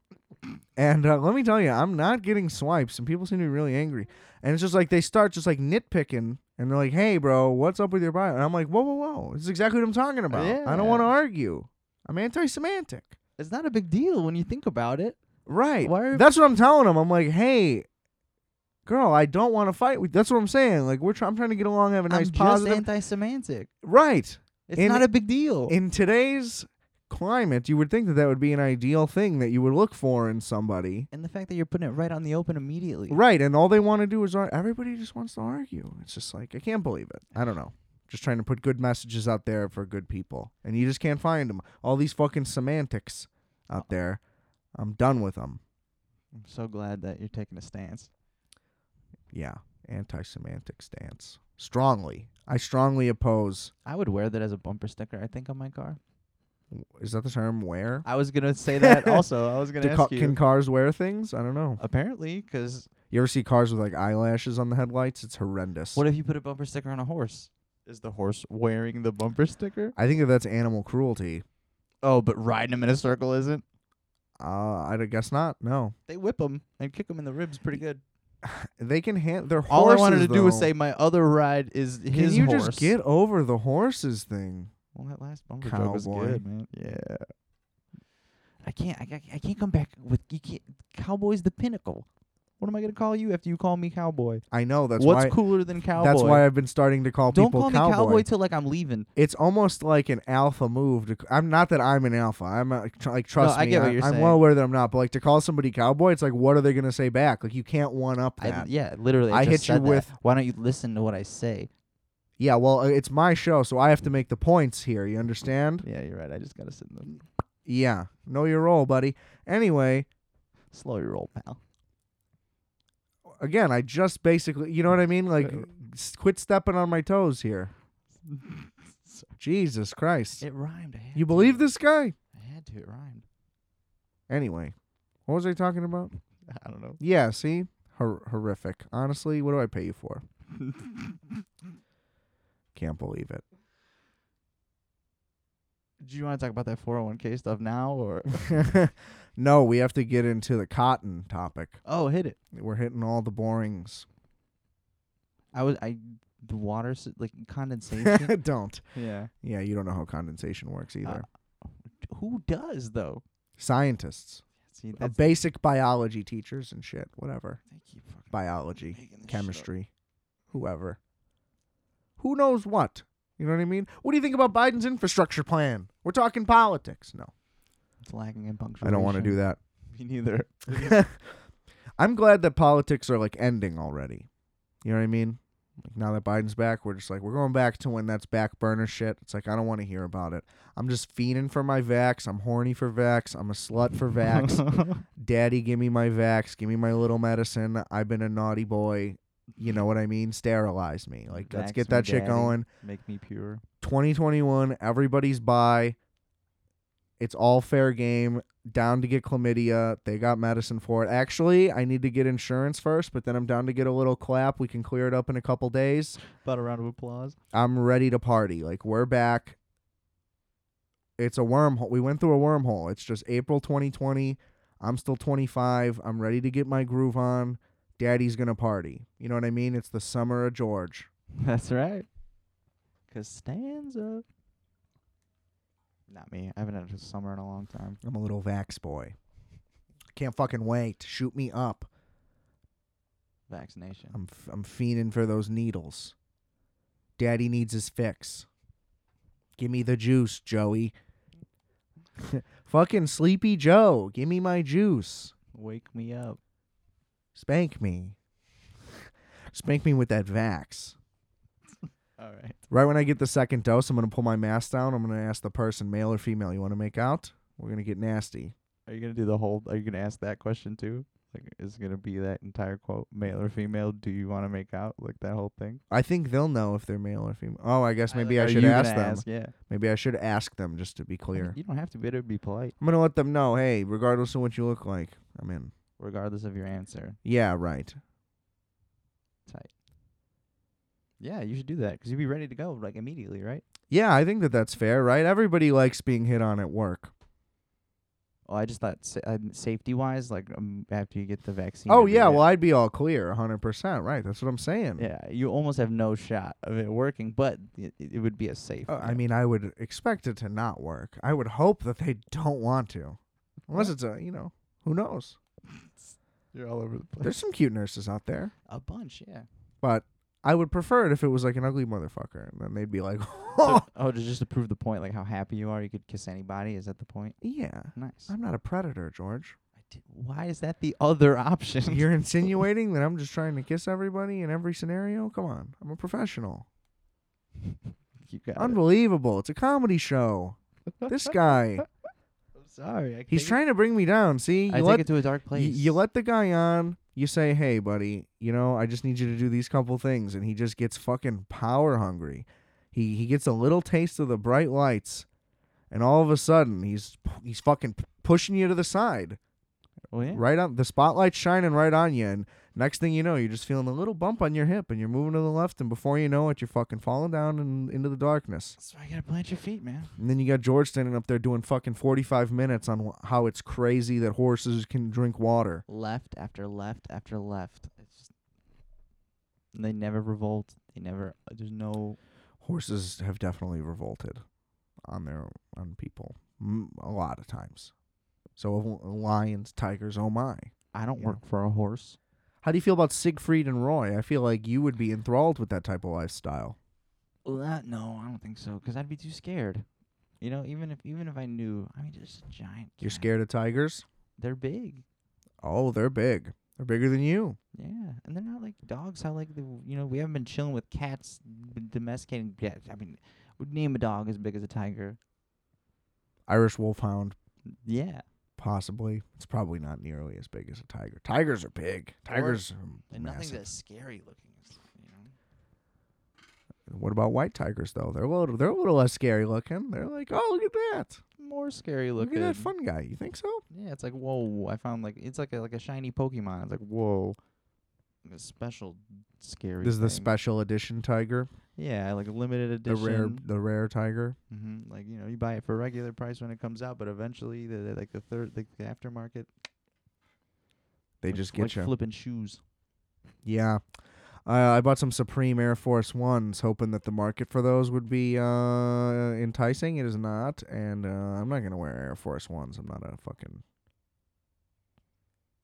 Speaker 1: and uh, let me tell you, I'm not getting swipes, and people seem to be really angry. And it's just like they start just like nitpicking, and they're like, "Hey, bro, what's up with your bio?" And I'm like, "Whoa, whoa, whoa! This is exactly what I'm talking about. I don't want to
Speaker 2: Yeah.
Speaker 1: argue. I'm anti-semantic."
Speaker 2: it's not a big deal when you think about it.
Speaker 1: Right.
Speaker 2: Why are-
Speaker 1: That's what I'm telling him. I'm like, "Hey, girl, I don't want to fight with." That's what I'm saying. Like, we're try- I'm trying to get along, have a nice
Speaker 2: I'm
Speaker 1: positive.
Speaker 2: just anti-semantic.
Speaker 1: right.
Speaker 2: It's
Speaker 1: And-
Speaker 2: not a big deal.
Speaker 1: in today's climate, you would think that that would be an ideal thing that you would look for in somebody.
Speaker 2: and the fact that you're putting it right on the open immediately.
Speaker 1: Right, and all they want to do is ar- everybody just wants to argue. It's just like I can't believe it. I don't know. Just trying to put good messages out there for good people, and you just can't find them. All these fucking semantics out there. I'm done with them.
Speaker 2: I'm so glad that you're taking a stance.
Speaker 1: Yeah, anti-semantic stance. Strongly, I strongly oppose.
Speaker 2: I would wear that as a bumper sticker, I think, on my car.
Speaker 1: Is that the term wear?
Speaker 2: I was gonna say that also. I was gonna
Speaker 1: Do
Speaker 2: ask
Speaker 1: ca-
Speaker 2: you.
Speaker 1: can cars wear things? I don't know.
Speaker 2: Apparently, because
Speaker 1: You ever see cars with like eyelashes on the headlights? It's horrendous.
Speaker 2: what if you put a bumper sticker on a horse? Is the horse wearing the bumper sticker?
Speaker 1: I think that that's animal cruelty.
Speaker 2: Oh, but riding him in a circle isn't.
Speaker 1: Uh, I guess not. No,
Speaker 2: They whip him and kick him in the ribs pretty good.
Speaker 1: they can hand their
Speaker 2: All
Speaker 1: horses.
Speaker 2: I wanted to do was
Speaker 1: though.
Speaker 2: say my other ride is
Speaker 1: can
Speaker 2: his
Speaker 1: you
Speaker 2: horse.
Speaker 1: just get over the horses thing?
Speaker 2: Well, that last bumper joke was
Speaker 1: Cowboy.
Speaker 2: good, man. Yeah. I can't. I, I- I can't come back with you can't. Cowboy's the pinnacle. What am I gonna call you after you call me cowboy?
Speaker 1: I know that's
Speaker 2: What's
Speaker 1: why.
Speaker 2: cooler than cowboy?
Speaker 1: That's why I've been starting to call
Speaker 2: Don't
Speaker 1: people
Speaker 2: call me
Speaker 1: cowboy.
Speaker 2: cowboy till like I'm leaving.
Speaker 1: It's almost like an alpha move. To, I'm not that I'm an alpha. I'm a, tr- like trust
Speaker 2: No, I
Speaker 1: me.
Speaker 2: get what you're
Speaker 1: I'm
Speaker 2: saying.
Speaker 1: well aware that I'm not. But like to call somebody cowboy, it's like what are they gonna say back? Like you can't one up
Speaker 2: I-
Speaker 1: that.
Speaker 2: yeah, literally. I,
Speaker 1: I
Speaker 2: just
Speaker 1: hit you
Speaker 2: said that.
Speaker 1: with-
Speaker 2: Why don't you listen to what I say?
Speaker 1: yeah, well, uh, it's my show, so I have to make the points here. You understand?
Speaker 2: Yeah, you're right. I just gotta sit in the
Speaker 1: Yeah, know your role, buddy. Anyway,
Speaker 2: slow your roll, pal.
Speaker 1: again, I just basically, you know what I mean? Like,
Speaker 2: Uh,
Speaker 1: s- quit stepping on my toes here. Jesus Christ.
Speaker 2: It rhymed. I had
Speaker 1: you
Speaker 2: to.
Speaker 1: believe this guy?
Speaker 2: I had to. It rhymed.
Speaker 1: Anyway, what was I talking about?
Speaker 2: I don't know.
Speaker 1: Yeah, see? Hor- horrific. Honestly, what do I pay you for? Can't believe it.
Speaker 2: Do you want to talk about that 401k stuff now or?
Speaker 1: no, we have to get into the cotton topic.
Speaker 2: oh, hit it.
Speaker 1: We're hitting all the borings.
Speaker 2: I was I the water s- like condensation.
Speaker 1: don't.
Speaker 2: yeah.
Speaker 1: Yeah, you don't know how condensation works either.
Speaker 2: Uh, Who does though?
Speaker 1: Scientists,
Speaker 2: See,
Speaker 1: uh,
Speaker 2: that's,
Speaker 1: basic biology teachers and shit, whatever.
Speaker 2: they keep fucking
Speaker 1: Biology.
Speaker 2: making this shit up.
Speaker 1: chemistry, whoever. Who knows what? You know what I mean? What do you think about Biden's infrastructure plan? We're talking politics. No,
Speaker 2: It's lacking in punctuation.
Speaker 1: I don't want to do that.
Speaker 2: Me neither.
Speaker 1: I'm glad that politics are like ending already. You know what I mean? Like now that Biden's back, we're just like we're going back to when that's back burner shit. It's like I don't want to hear about it. I'm just fiending for my vax. I'm horny for vax. I'm a slut for vax. Daddy, give me my vax. Give me my little medicine. I've been a naughty boy. You know what I mean? Sterilize me. Like let's
Speaker 2: Vax
Speaker 1: get
Speaker 2: me,
Speaker 1: that shit
Speaker 2: daddy.
Speaker 1: going.
Speaker 2: Make me pure.
Speaker 1: 2021. Everybody's by. It's all fair game. Down to get chlamydia. They got medicine for it. Actually, I need to get insurance first, but then I'm down to get a little clap. We can clear it up in a couple days.
Speaker 2: About a round of applause.
Speaker 1: I'm ready to party. Like we're back. It's a wormhole. We went through a wormhole. It's just April 2020. I'm still 25. I'm ready to get my groove on. Daddy's gonna party. You know what I mean? It's the summer of George.
Speaker 2: That's right. Costanza. Not me. I haven't had a summer in a long time.
Speaker 1: I'm a little vax boy. Can't fucking wait. Shoot me up.
Speaker 2: Vaccination.
Speaker 1: I'm f- I'm fiending for those needles. Daddy needs his fix. Give me the juice, Joey. fucking sleepy Joe. Give me my juice.
Speaker 2: Wake me up.
Speaker 1: Spank me. Spank me with that vax.
Speaker 2: All right.
Speaker 1: Right when I get the second dose, I'm going to pull my mask down. I'm going to ask the person, male or female, you want to make out? We're going to get nasty.
Speaker 2: Are you gonna do the whole? Are you gonna ask that question too? Like, is it gonna be that entire quote, male or female? Do you want to make out? Like that whole thing.
Speaker 1: I think they'll know if they're male or female. Oh, I guess maybe
Speaker 2: Like,
Speaker 1: I
Speaker 2: are
Speaker 1: should
Speaker 2: you
Speaker 1: ask
Speaker 2: gonna
Speaker 1: them.
Speaker 2: yeah.
Speaker 1: Maybe I should ask them just to be
Speaker 2: I mean,
Speaker 1: clear.
Speaker 2: You don't have to be to be polite,
Speaker 1: I'm going to let them know, hey, regardless of what you look like, I'm in.
Speaker 2: regardless of your answer.
Speaker 1: Yeah, right.
Speaker 2: Tight. Yeah, you should do that 'cause you'd be ready to go like immediately, right?
Speaker 1: Yeah, I think that that's fair, right? Everybody likes being hit on at work.
Speaker 2: Oh, I just thought sa- uh, safety wise, like um, after you get the vaccine.
Speaker 1: Oh,
Speaker 2: it'd be
Speaker 1: yeah,
Speaker 2: that-
Speaker 1: well, I'd be all clear 100%, right? That's what I'm saying.
Speaker 2: yeah, you almost have no shot of it working, but it, it would be a safe.
Speaker 1: Uh, I
Speaker 2: bet.
Speaker 1: mean, I would expect it to not work. I would hope that they don't want to, unless it's a you know who knows.
Speaker 2: you're all over the place.
Speaker 1: There's some cute nurses out there,
Speaker 2: a bunch, yeah.
Speaker 1: but I would prefer it if it was like an ugly motherfucker, and then they'd be like, oh,
Speaker 2: So- oh, just, just to prove the point, like how happy you are, you could kiss anybody. Is that the point?
Speaker 1: yeah,
Speaker 2: Nice.
Speaker 1: I'm not a predator, George.
Speaker 2: I did- why is that the other option?
Speaker 1: You're insinuating that I'm just trying to kiss everybody in every scenario. Come on, I'm a professional.
Speaker 2: you got it.
Speaker 1: Unbelievable! It's a comedy show. This guy,
Speaker 2: I'm sorry. I
Speaker 1: he's
Speaker 2: take it-
Speaker 1: trying to bring me down. See,
Speaker 2: I
Speaker 1: you
Speaker 2: take
Speaker 1: let
Speaker 2: it to a dark
Speaker 1: Y-
Speaker 2: place.
Speaker 1: you let the guy on. You say, "Hey, buddy, you know, I just need you to do these couple things," and he just gets fucking power hungry. He he gets a little taste of the bright lights, and all of a sudden he's he's fucking p- pushing you to the side,
Speaker 2: Oh, yeah.
Speaker 1: right on the spotlight's shining right on you, and next thing you know, you're just feeling a little bump on your hip, and you're moving to the left, and before you know it, you're fucking falling down and into the darkness.
Speaker 2: That's why you gotta plant your feet, man.
Speaker 1: And then you got George standing up there doing fucking 45 minutes on wh- how it's crazy that horses can drink water.
Speaker 2: Left after left after left. It's just they never revolt. They never. uh, There's no.
Speaker 1: horses have definitely revolted on their on people m- a lot of times. So of l- lions, tigers, oh my!
Speaker 2: I don't
Speaker 1: Yeah.
Speaker 2: work for a horse.
Speaker 1: How do you feel about Siegfried and Roy? I feel like you would be enthralled with that type of lifestyle.
Speaker 2: Well, that no, I don't think so. Cause I'd be too scared. You know, even if even if I knew, I mean, there's a giant.
Speaker 1: You're
Speaker 2: cat.
Speaker 1: scared of tigers?
Speaker 2: They're big.
Speaker 1: Oh, they're big. They're bigger than you.
Speaker 2: Yeah, and they're not like dogs. How like the, you know we haven't been chilling with cats, b- domesticating cats. I mean, would name a dog as big as a tiger.
Speaker 1: Irish wolfhound,
Speaker 2: Yeah,
Speaker 1: possibly. It's probably not nearly as big as a tiger. Tigers are big. Tigers are
Speaker 2: and nothing
Speaker 1: massive.
Speaker 2: that's scary looking. It's, You know,
Speaker 1: What about white tigers though? They're a little they're a little less scary looking. They're like, oh look at that.
Speaker 2: more scary
Speaker 1: Look,
Speaker 2: looking.
Speaker 1: at that fun guy. You think so?
Speaker 2: Yeah, it's like whoa! I found like it's like a, like a shiny Pokemon. It's like whoa, like a special scary.
Speaker 1: This is the
Speaker 2: thing.
Speaker 1: special edition tiger.
Speaker 2: Yeah, like a limited edition.
Speaker 1: the rare the rare tiger.
Speaker 2: hmm Like you know, you buy it for regular price when it comes out, but eventually the, the like the third like the aftermarket.
Speaker 1: They
Speaker 2: like,
Speaker 1: just
Speaker 2: like
Speaker 1: get you.
Speaker 2: flipping shoes.
Speaker 1: yeah. Uh, I bought some Supreme Air Force Ones, hoping that the market for those would be uh, enticing. It is not, and uh, I'm not gonna wear Air Force Ones. I'm not a fucking.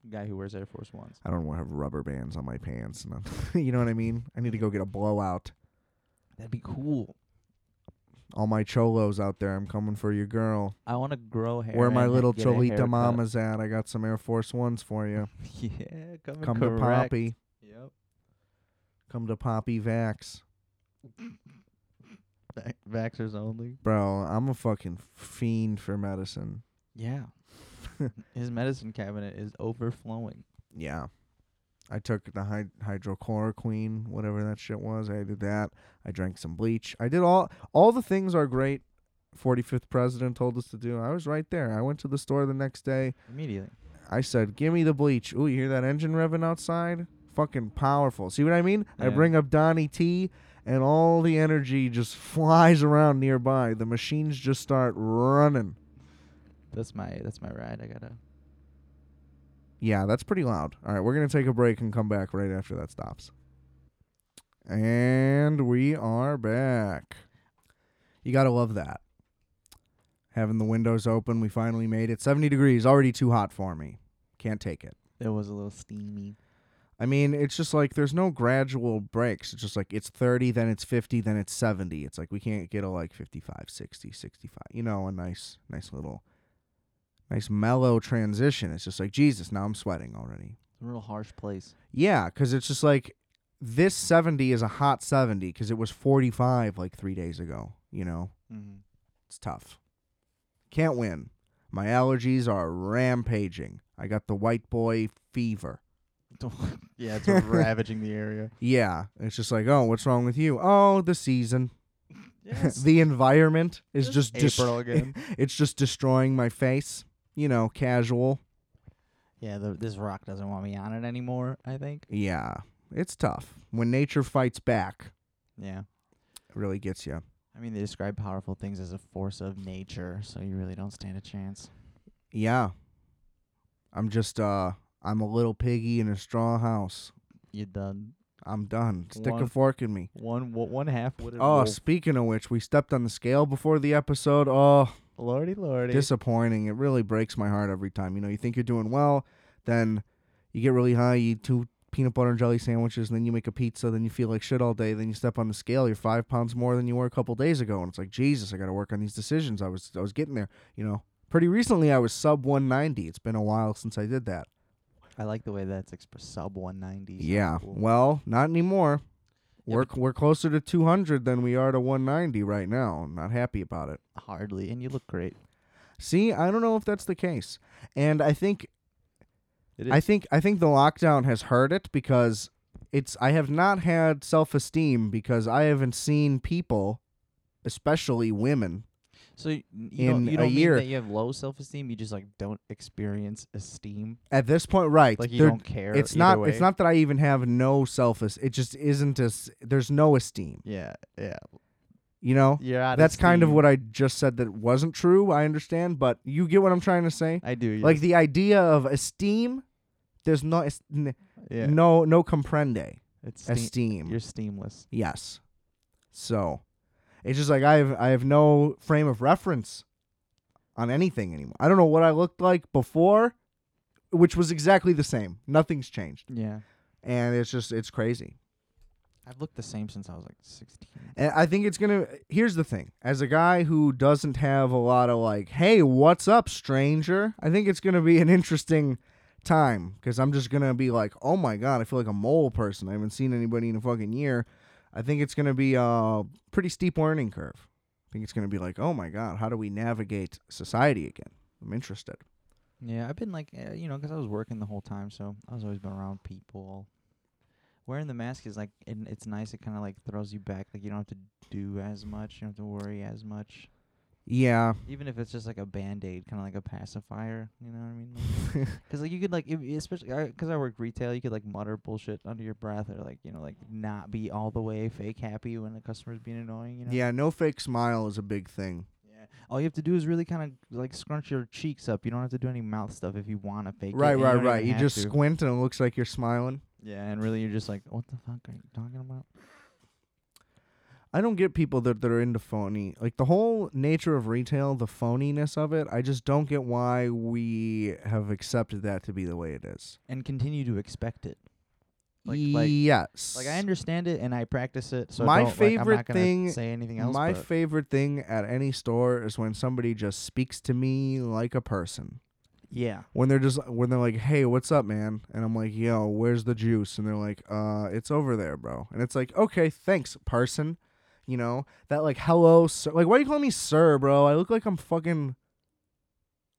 Speaker 2: Guy who wears Air Force Ones.
Speaker 1: I don't want to have rubber bands on my pants, and I'm- you know what I mean. I need to go get a blowout.
Speaker 2: That'd be cool.
Speaker 1: All my cholos out there, I'm coming for your girl.
Speaker 2: I want to grow hair.
Speaker 1: Where my
Speaker 2: and
Speaker 1: little
Speaker 2: get a
Speaker 1: cholita
Speaker 2: haircut.
Speaker 1: mama's at? I got some Air Force Ones for you.
Speaker 2: yeah, coming
Speaker 1: Come to
Speaker 2: correct.
Speaker 1: Poppy.
Speaker 2: Yep.
Speaker 1: Come to Poppy Vax.
Speaker 2: Va- Vaxxers only.
Speaker 1: Bro, I'm a fucking fiend for medicine.
Speaker 2: Yeah. His medicine cabinet is overflowing.
Speaker 1: Yeah. I took the hyd- hydrochloroquine, whatever that shit was. I did that. I drank some bleach. I did all all the things our great 45th president told us to do. I was right there. I went to the store the next day.
Speaker 2: Immediately.
Speaker 1: I said, "Give me the bleach." Ooh, you hear that engine revving outside? Fucking powerful. See what I mean? I
Speaker 2: Yeah.
Speaker 1: bring up Donnie T, and all the energy just flies around nearby. The machines just start running.
Speaker 2: That's my that's my ride. I gotta
Speaker 1: Yeah, that's pretty loud. All right, we're gonna take a break and come back right after that stops. And we are back. You gotta love that. Having the windows open, we finally made it. 70 degrees, already too hot for me. Can't take it.
Speaker 2: it was a little steamy.
Speaker 1: I mean, it's just like there's no gradual breaks. It's just like it's 30, then it's 50, then it's 70. It's like we can't get a like 55, 60, 65. You know, a nice nice little nice mellow transition. It's just like Jesus, now I'm sweating already.
Speaker 2: It's a real harsh place.
Speaker 1: Yeah, cuz it's just like this 70 is a hot 70 cuz it was 45 like 3 days ago, you know.
Speaker 2: Mm-hmm.
Speaker 1: It's tough. Can't win. My allergies are rampaging. I got the white boy fever.
Speaker 2: yeah, it's ravaging the area.
Speaker 1: Yeah, it's just like, oh, what's wrong with you? Oh, the season,
Speaker 2: Yes.
Speaker 1: the environment is just
Speaker 2: April
Speaker 1: dest-
Speaker 2: again.
Speaker 1: it's just destroying my face. You know, casual.
Speaker 2: yeah, the, this rock doesn't want me on it anymore. I think.
Speaker 1: Yeah, it's tough when nature fights back.
Speaker 2: Yeah.
Speaker 1: It really gets you.
Speaker 2: I mean, they describe powerful things as a force of nature, so you really don't stand a chance.
Speaker 1: Yeah, I'm just uh, I'm a little piggy in a straw house.
Speaker 2: You're done.
Speaker 1: I'm done. Stick a
Speaker 2: One-
Speaker 1: fork in me.
Speaker 2: One wo- one half wooden.
Speaker 1: Oh,
Speaker 2: wolf.
Speaker 1: speaking of which, we stepped on the scale before the episode. Oh,
Speaker 2: lordy, lordy.
Speaker 1: disappointing. It really breaks my heart every time. You know, you think you're doing well, then you get really high, you eat two peanut butter and jelly sandwiches, and then you make a pizza, then you feel like shit all day, then you step on the scale, you're five pounds more than you were a couple days ago, and it's like, Jesus, I gotta work on these decisions. I was I was getting there, you know. Pretty recently I was sub one ninety. It's been a while since I did that.
Speaker 2: I like the way that's expressed. Sub 190. sounds
Speaker 1: Yeah.
Speaker 2: cool.
Speaker 1: Well, not anymore.
Speaker 2: Yeah,
Speaker 1: We're, we're closer to 200 than we are to 190 right now. I'm not happy about it.
Speaker 2: Hardly, and you look great.
Speaker 1: See, I don't know if that's the case. And I think
Speaker 2: It is.
Speaker 1: I think I think the lockdown has hurt it because it's I have not had self esteem because I haven't seen people, especially women.
Speaker 2: so y-
Speaker 1: in
Speaker 2: you don't,
Speaker 1: a
Speaker 2: you don't
Speaker 1: year-
Speaker 2: mean that you have low self-esteem. You just like don't experience esteem.
Speaker 1: At this point, right?
Speaker 2: Like you
Speaker 1: they're-
Speaker 2: don't care.
Speaker 1: it's
Speaker 2: either
Speaker 1: not
Speaker 2: Way.
Speaker 1: it's not that I even have no self esteem. It just isn't as there's no esteem.
Speaker 2: Yeah, yeah.
Speaker 1: You know,
Speaker 2: You're out.
Speaker 1: that's kind of what I just said that wasn't true. I understand, but you get what I'm trying to say.
Speaker 2: I, do. yes.
Speaker 1: Like the idea of esteem, there's no es- n-
Speaker 2: yeah.
Speaker 1: no no comprende
Speaker 2: It's steam-
Speaker 1: esteem.
Speaker 2: You're steamless.
Speaker 1: Yes. So it's just like I have I have no frame of reference on anything anymore. I don't know what I looked like before, which was exactly the same. Nothing's changed.
Speaker 2: Yeah.
Speaker 1: And it's just it's crazy.
Speaker 2: I've looked the same since I was like 16.
Speaker 1: And I think it's gonna here's the thing. As a guy who doesn't have a lot of like, hey, what's up, stranger? I think it's gonna be an interesting time because I'm just gonna be like, oh my god, I feel like a mole person. I haven't seen anybody in a fucking year. I think it's gonna be a pretty steep learning curve. I think it's gonna be like, oh my god, how do we navigate society again? I'm interested.
Speaker 2: Yeah, I've been like, uh, you know, 'cause I was working the whole time, so I was always been around people. Wearing the mask is like, and it's nice. It kind of like throws you back. Like you don't have to do as much. You don't have to worry as much.
Speaker 1: Yeah.
Speaker 2: Even if it's just like a band aid, kind of like a pacifier. You know what I mean? Because like you could like, if, especially because I work retail, you could like mutter bullshit under your breath, or like you know, like not be all the way fake happy when the customer's being annoying. You know?
Speaker 1: yeah, no fake smile is a big thing.
Speaker 2: Yeah. All you have to do is really kind of like scrunch your cheeks up. You don't have to do any mouth stuff if you want to fake it.
Speaker 1: Right,
Speaker 2: and
Speaker 1: right,
Speaker 2: don't
Speaker 1: right.
Speaker 2: even
Speaker 1: You
Speaker 2: have
Speaker 1: just
Speaker 2: to.
Speaker 1: squint and it looks like you're smiling.
Speaker 2: yeah, and really you're just like, what the fuck are you talking about?
Speaker 1: I don't get people that, that are into phony. Like the whole nature of retail, the phoniness of it, I just don't get why we have accepted that to be the way it is.
Speaker 2: And continue to expect it. Like- like-
Speaker 1: yes.
Speaker 2: Like I understand it and I practice it. So
Speaker 1: My
Speaker 2: don't, like, I'm
Speaker 1: favorite
Speaker 2: not gonna
Speaker 1: thing-
Speaker 2: say anything else.
Speaker 1: My
Speaker 2: but
Speaker 1: favorite thing at any store is when somebody just speaks to me like a person.
Speaker 2: Yeah.
Speaker 1: when they're just when they're like, "Hey, what's up, man?" and I'm like, "Yo, where's the juice?" and they're like, "Uh, it's over there, bro." And it's like, "Okay, thanks, person." You know that like, "Hello, sir." Like, why are you calling me sir, bro? I look like I'm fucking.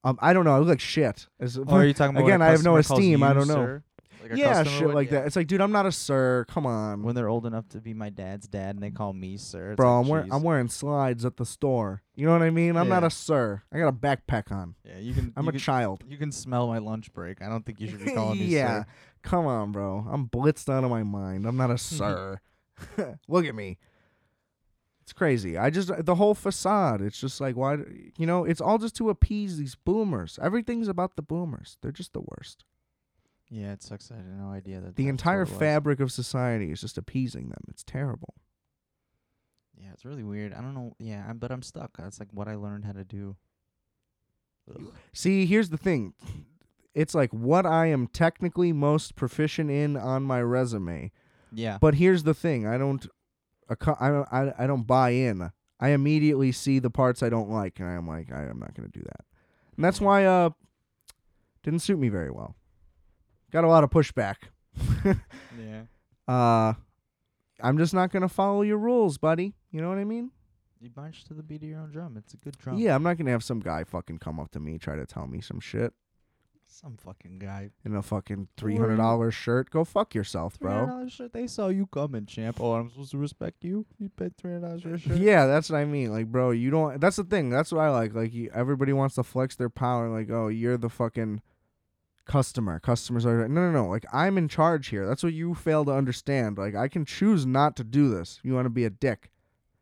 Speaker 1: Um, I don't know. I look like shit. Is-
Speaker 2: Or Oh, are you talking about when
Speaker 1: Again,
Speaker 2: a
Speaker 1: I have no
Speaker 2: customer calls
Speaker 1: esteem, I
Speaker 2: you,
Speaker 1: don't know.
Speaker 2: sir? Like a
Speaker 1: yeah,
Speaker 2: customer
Speaker 1: shit
Speaker 2: would?
Speaker 1: like
Speaker 2: Yeah.
Speaker 1: that. It's like, dude, I'm not a sir. Come on,
Speaker 2: When they're old enough to be my dad's dad and they call me sir. it's
Speaker 1: bro.
Speaker 2: like,
Speaker 1: I'm wearing
Speaker 2: "Jeez."
Speaker 1: I'm wearing slides at the store. You know what I mean? I'm not
Speaker 2: Yeah.
Speaker 1: a sir. I got a backpack on.
Speaker 2: Yeah, you can.
Speaker 1: I'm
Speaker 2: you
Speaker 1: a
Speaker 2: can,
Speaker 1: child.
Speaker 2: You can smell my lunch break. I don't think you should be calling me
Speaker 1: yeah,
Speaker 2: sir.
Speaker 1: come on, bro. I'm blitzed out of my mind. I'm not a sir. Look at me. It's crazy. I just the whole facade. It's just like why d- you know. It's all just to appease these boomers. Everything's about the boomers. They're just the worst.
Speaker 2: Yeah, it sucks. I had no idea that
Speaker 1: The
Speaker 2: that's what
Speaker 1: entire
Speaker 2: it was.
Speaker 1: fabric of society is just appeasing them. It's terrible.
Speaker 2: Yeah, it's really weird. I don't know. Yeah, I'm, but I'm stuck. That's like what I learned how to do. Ugh.
Speaker 1: See, here's the thing. It's like what I am technically most proficient in on my resume.
Speaker 2: Yeah.
Speaker 1: But here's the thing: I don't, acco- I don't, I, I don't buy in. I immediately see the parts I don't like, and I'm like, I, I'm not going to do that. And that's why uh, didn't suit me very well. Got a lot of pushback.
Speaker 2: yeah.
Speaker 1: uh, I'm just not going to follow your rules, buddy. You know what I mean?
Speaker 2: You march to the beat of your own drum. It's a good drum.
Speaker 1: Yeah, I'm not going to have some guy fucking come up to me try to tell me some shit
Speaker 2: Some fucking guy.
Speaker 1: in a fucking
Speaker 2: Who
Speaker 1: three
Speaker 2: are you?
Speaker 1: hundred dollar shirt. Go fuck yourself, bro.
Speaker 2: $300 shirt. They saw you coming, champ. Oh, I'm supposed to respect you. You paid $300 for a shirt.
Speaker 1: Yeah, that's what I mean. Like, bro, you don't. That's the thing. That's what I like. Like, you, everybody wants to flex their power. Like, oh, you're the fucking customer. Customers are no, no, no. Like, I'm in charge here. That's what you fail to understand. Like, I can choose not to do this. You want to be a dick,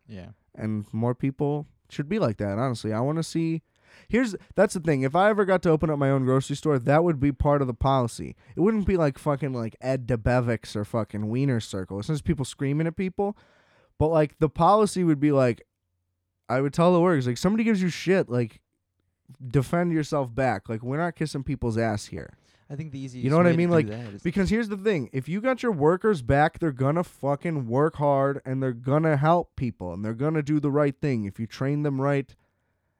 Speaker 2: Yeah.
Speaker 1: and more people should be like that. Honestly, I want to see. Here's that's the thing. If I ever got to open up my own grocery store, that would be part of the policy. It wouldn't be like fucking like Ed DeBevick's or fucking Wiener Circle. It's just people screaming at people. But like the policy would be like, I would tell the workers like somebody gives you shit like, defend yourself back. Like we're not kissing people's ass here.
Speaker 2: I think the easiest
Speaker 1: know what I
Speaker 2: way to
Speaker 1: mean?
Speaker 2: do
Speaker 1: Like,
Speaker 2: that is-
Speaker 1: Because here's the thing: if you got your workers back, they're gonna fucking work hard and they're gonna help people and they're gonna do the right thing if you train them right,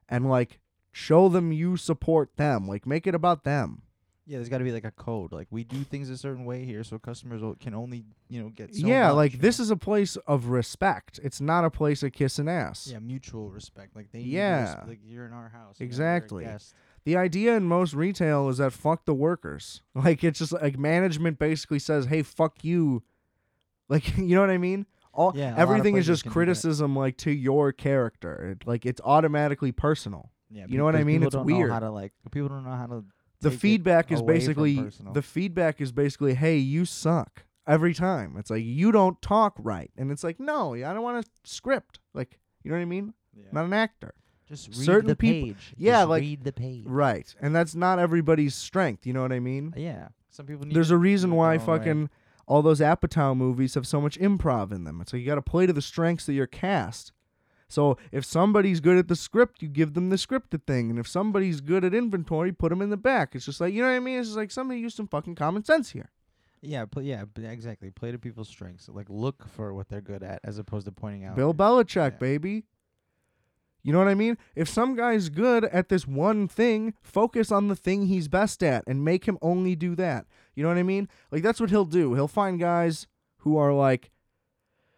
Speaker 1: and like show them you support them. Like make it about them.
Speaker 2: Yeah, there's got to be like a code. Like we do things a certain way here, so customers o- can only you know get. So
Speaker 1: yeah,
Speaker 2: much, you
Speaker 1: like
Speaker 2: know?
Speaker 1: this is a place of respect. It's not a place of kissing ass.
Speaker 2: Yeah, mutual respect. Like they. need to
Speaker 1: Yeah.
Speaker 2: Res- like you're in our house. you know, you're a
Speaker 1: Exactly.
Speaker 2: guest.
Speaker 1: The idea in most retail is that fuck the workers. Like it's just like management basically says, "Hey, fuck you." Like you know what I mean? All
Speaker 2: Yeah, a lot of
Speaker 1: everything is
Speaker 2: places
Speaker 1: just
Speaker 2: can do that.
Speaker 1: criticism like to your character. It, like it's automatically personal.
Speaker 2: Yeah,
Speaker 1: You know what I
Speaker 2: because
Speaker 1: mean?
Speaker 2: People
Speaker 1: It's
Speaker 2: don't
Speaker 1: weird.
Speaker 2: Know how to like people don't know how to.
Speaker 1: The
Speaker 2: take it
Speaker 1: feedback is
Speaker 2: away from
Speaker 1: basically
Speaker 2: personal.
Speaker 1: the feedback is basically, "Hey, you suck." Every time. It's like you don't talk right. And it's like, "No, I don't want a script." Like, you know what I mean?
Speaker 2: Yeah.
Speaker 1: I'm not an actor.
Speaker 2: just read
Speaker 1: certain
Speaker 2: the
Speaker 1: people-
Speaker 2: page.
Speaker 1: yeah,
Speaker 2: Just
Speaker 1: like-
Speaker 2: read the page.
Speaker 1: Right. And that's not everybody's strength, you know what I mean?
Speaker 2: Yeah, some people. Need
Speaker 1: There's
Speaker 2: to
Speaker 1: a
Speaker 2: do
Speaker 1: reason
Speaker 2: it their
Speaker 1: why
Speaker 2: own way.
Speaker 1: fucking all those Apatow movies have so much improv in them. It's like you got to play to the strengths of your cast. So if somebody's good at the script, you give them the scripted thing, and if somebody's good at inventory, put them in the back. It's just like you know what I mean. It's just like somebody used some fucking common sense here.
Speaker 2: Yeah, pl- yeah, b- exactly. Play to people's strengths. Like look for what they're good at, as opposed to pointing out.
Speaker 1: Bill Belichick,
Speaker 2: Yeah.
Speaker 1: baby. You know what I mean? If some guy's good at this one thing, focus on the thing he's best at and make him only do that. You know what I mean? Like that's what he'll do. He'll find guys who are like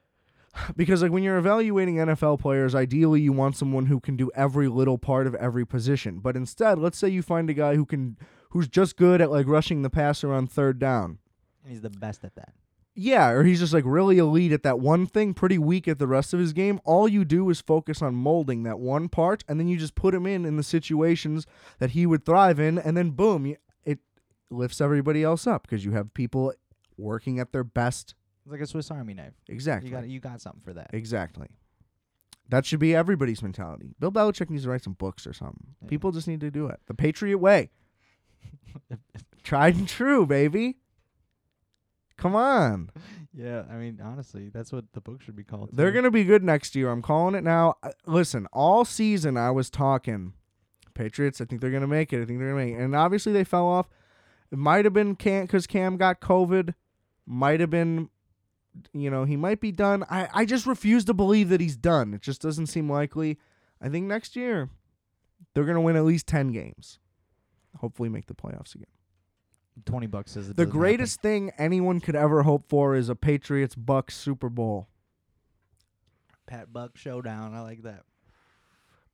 Speaker 1: because like when you're evaluating NFL players, ideally you want someone who can do every little part of every position. But instead, let's say you find a guy who can who's just good at like rushing the passer on third down.
Speaker 2: and he's the best at that.
Speaker 1: Yeah, or he's just like really elite at that one thing, pretty weak at the rest of his game. All you do is focus on molding that one part, and then you just put him in in the situations that he would thrive in, and then boom, you- it lifts everybody else up because you have people working at their best.
Speaker 2: It's like a Swiss Army knife.
Speaker 1: Exactly.
Speaker 2: You got you got something for that.
Speaker 1: Exactly. That should be everybody's mentality. Bill Belichick needs to write some books or something.
Speaker 2: Yeah.
Speaker 1: People just need to do it. The Patriot Way. Tried and true, baby. Come on.
Speaker 2: Yeah, I mean, honestly, that's what the book should be called.
Speaker 1: They're going to be good next year. I'm calling it now. I- Listen, all season I was talking Patriots. I think they're going to make it. I think they're going to make it. And obviously they fell off. It might have been Cam because Cam got COVID. Might have been, you know, he might be done. I, I just refuse to believe that he's done. It just doesn't seem likely. I think next year they're going to win at least 10 games. hopefully make the playoffs again.
Speaker 2: Twenty bucks is
Speaker 1: The greatest thing anyone could ever hope for is a Patriots Bucks Super Bowl.
Speaker 2: Pat Buck showdown. I like that.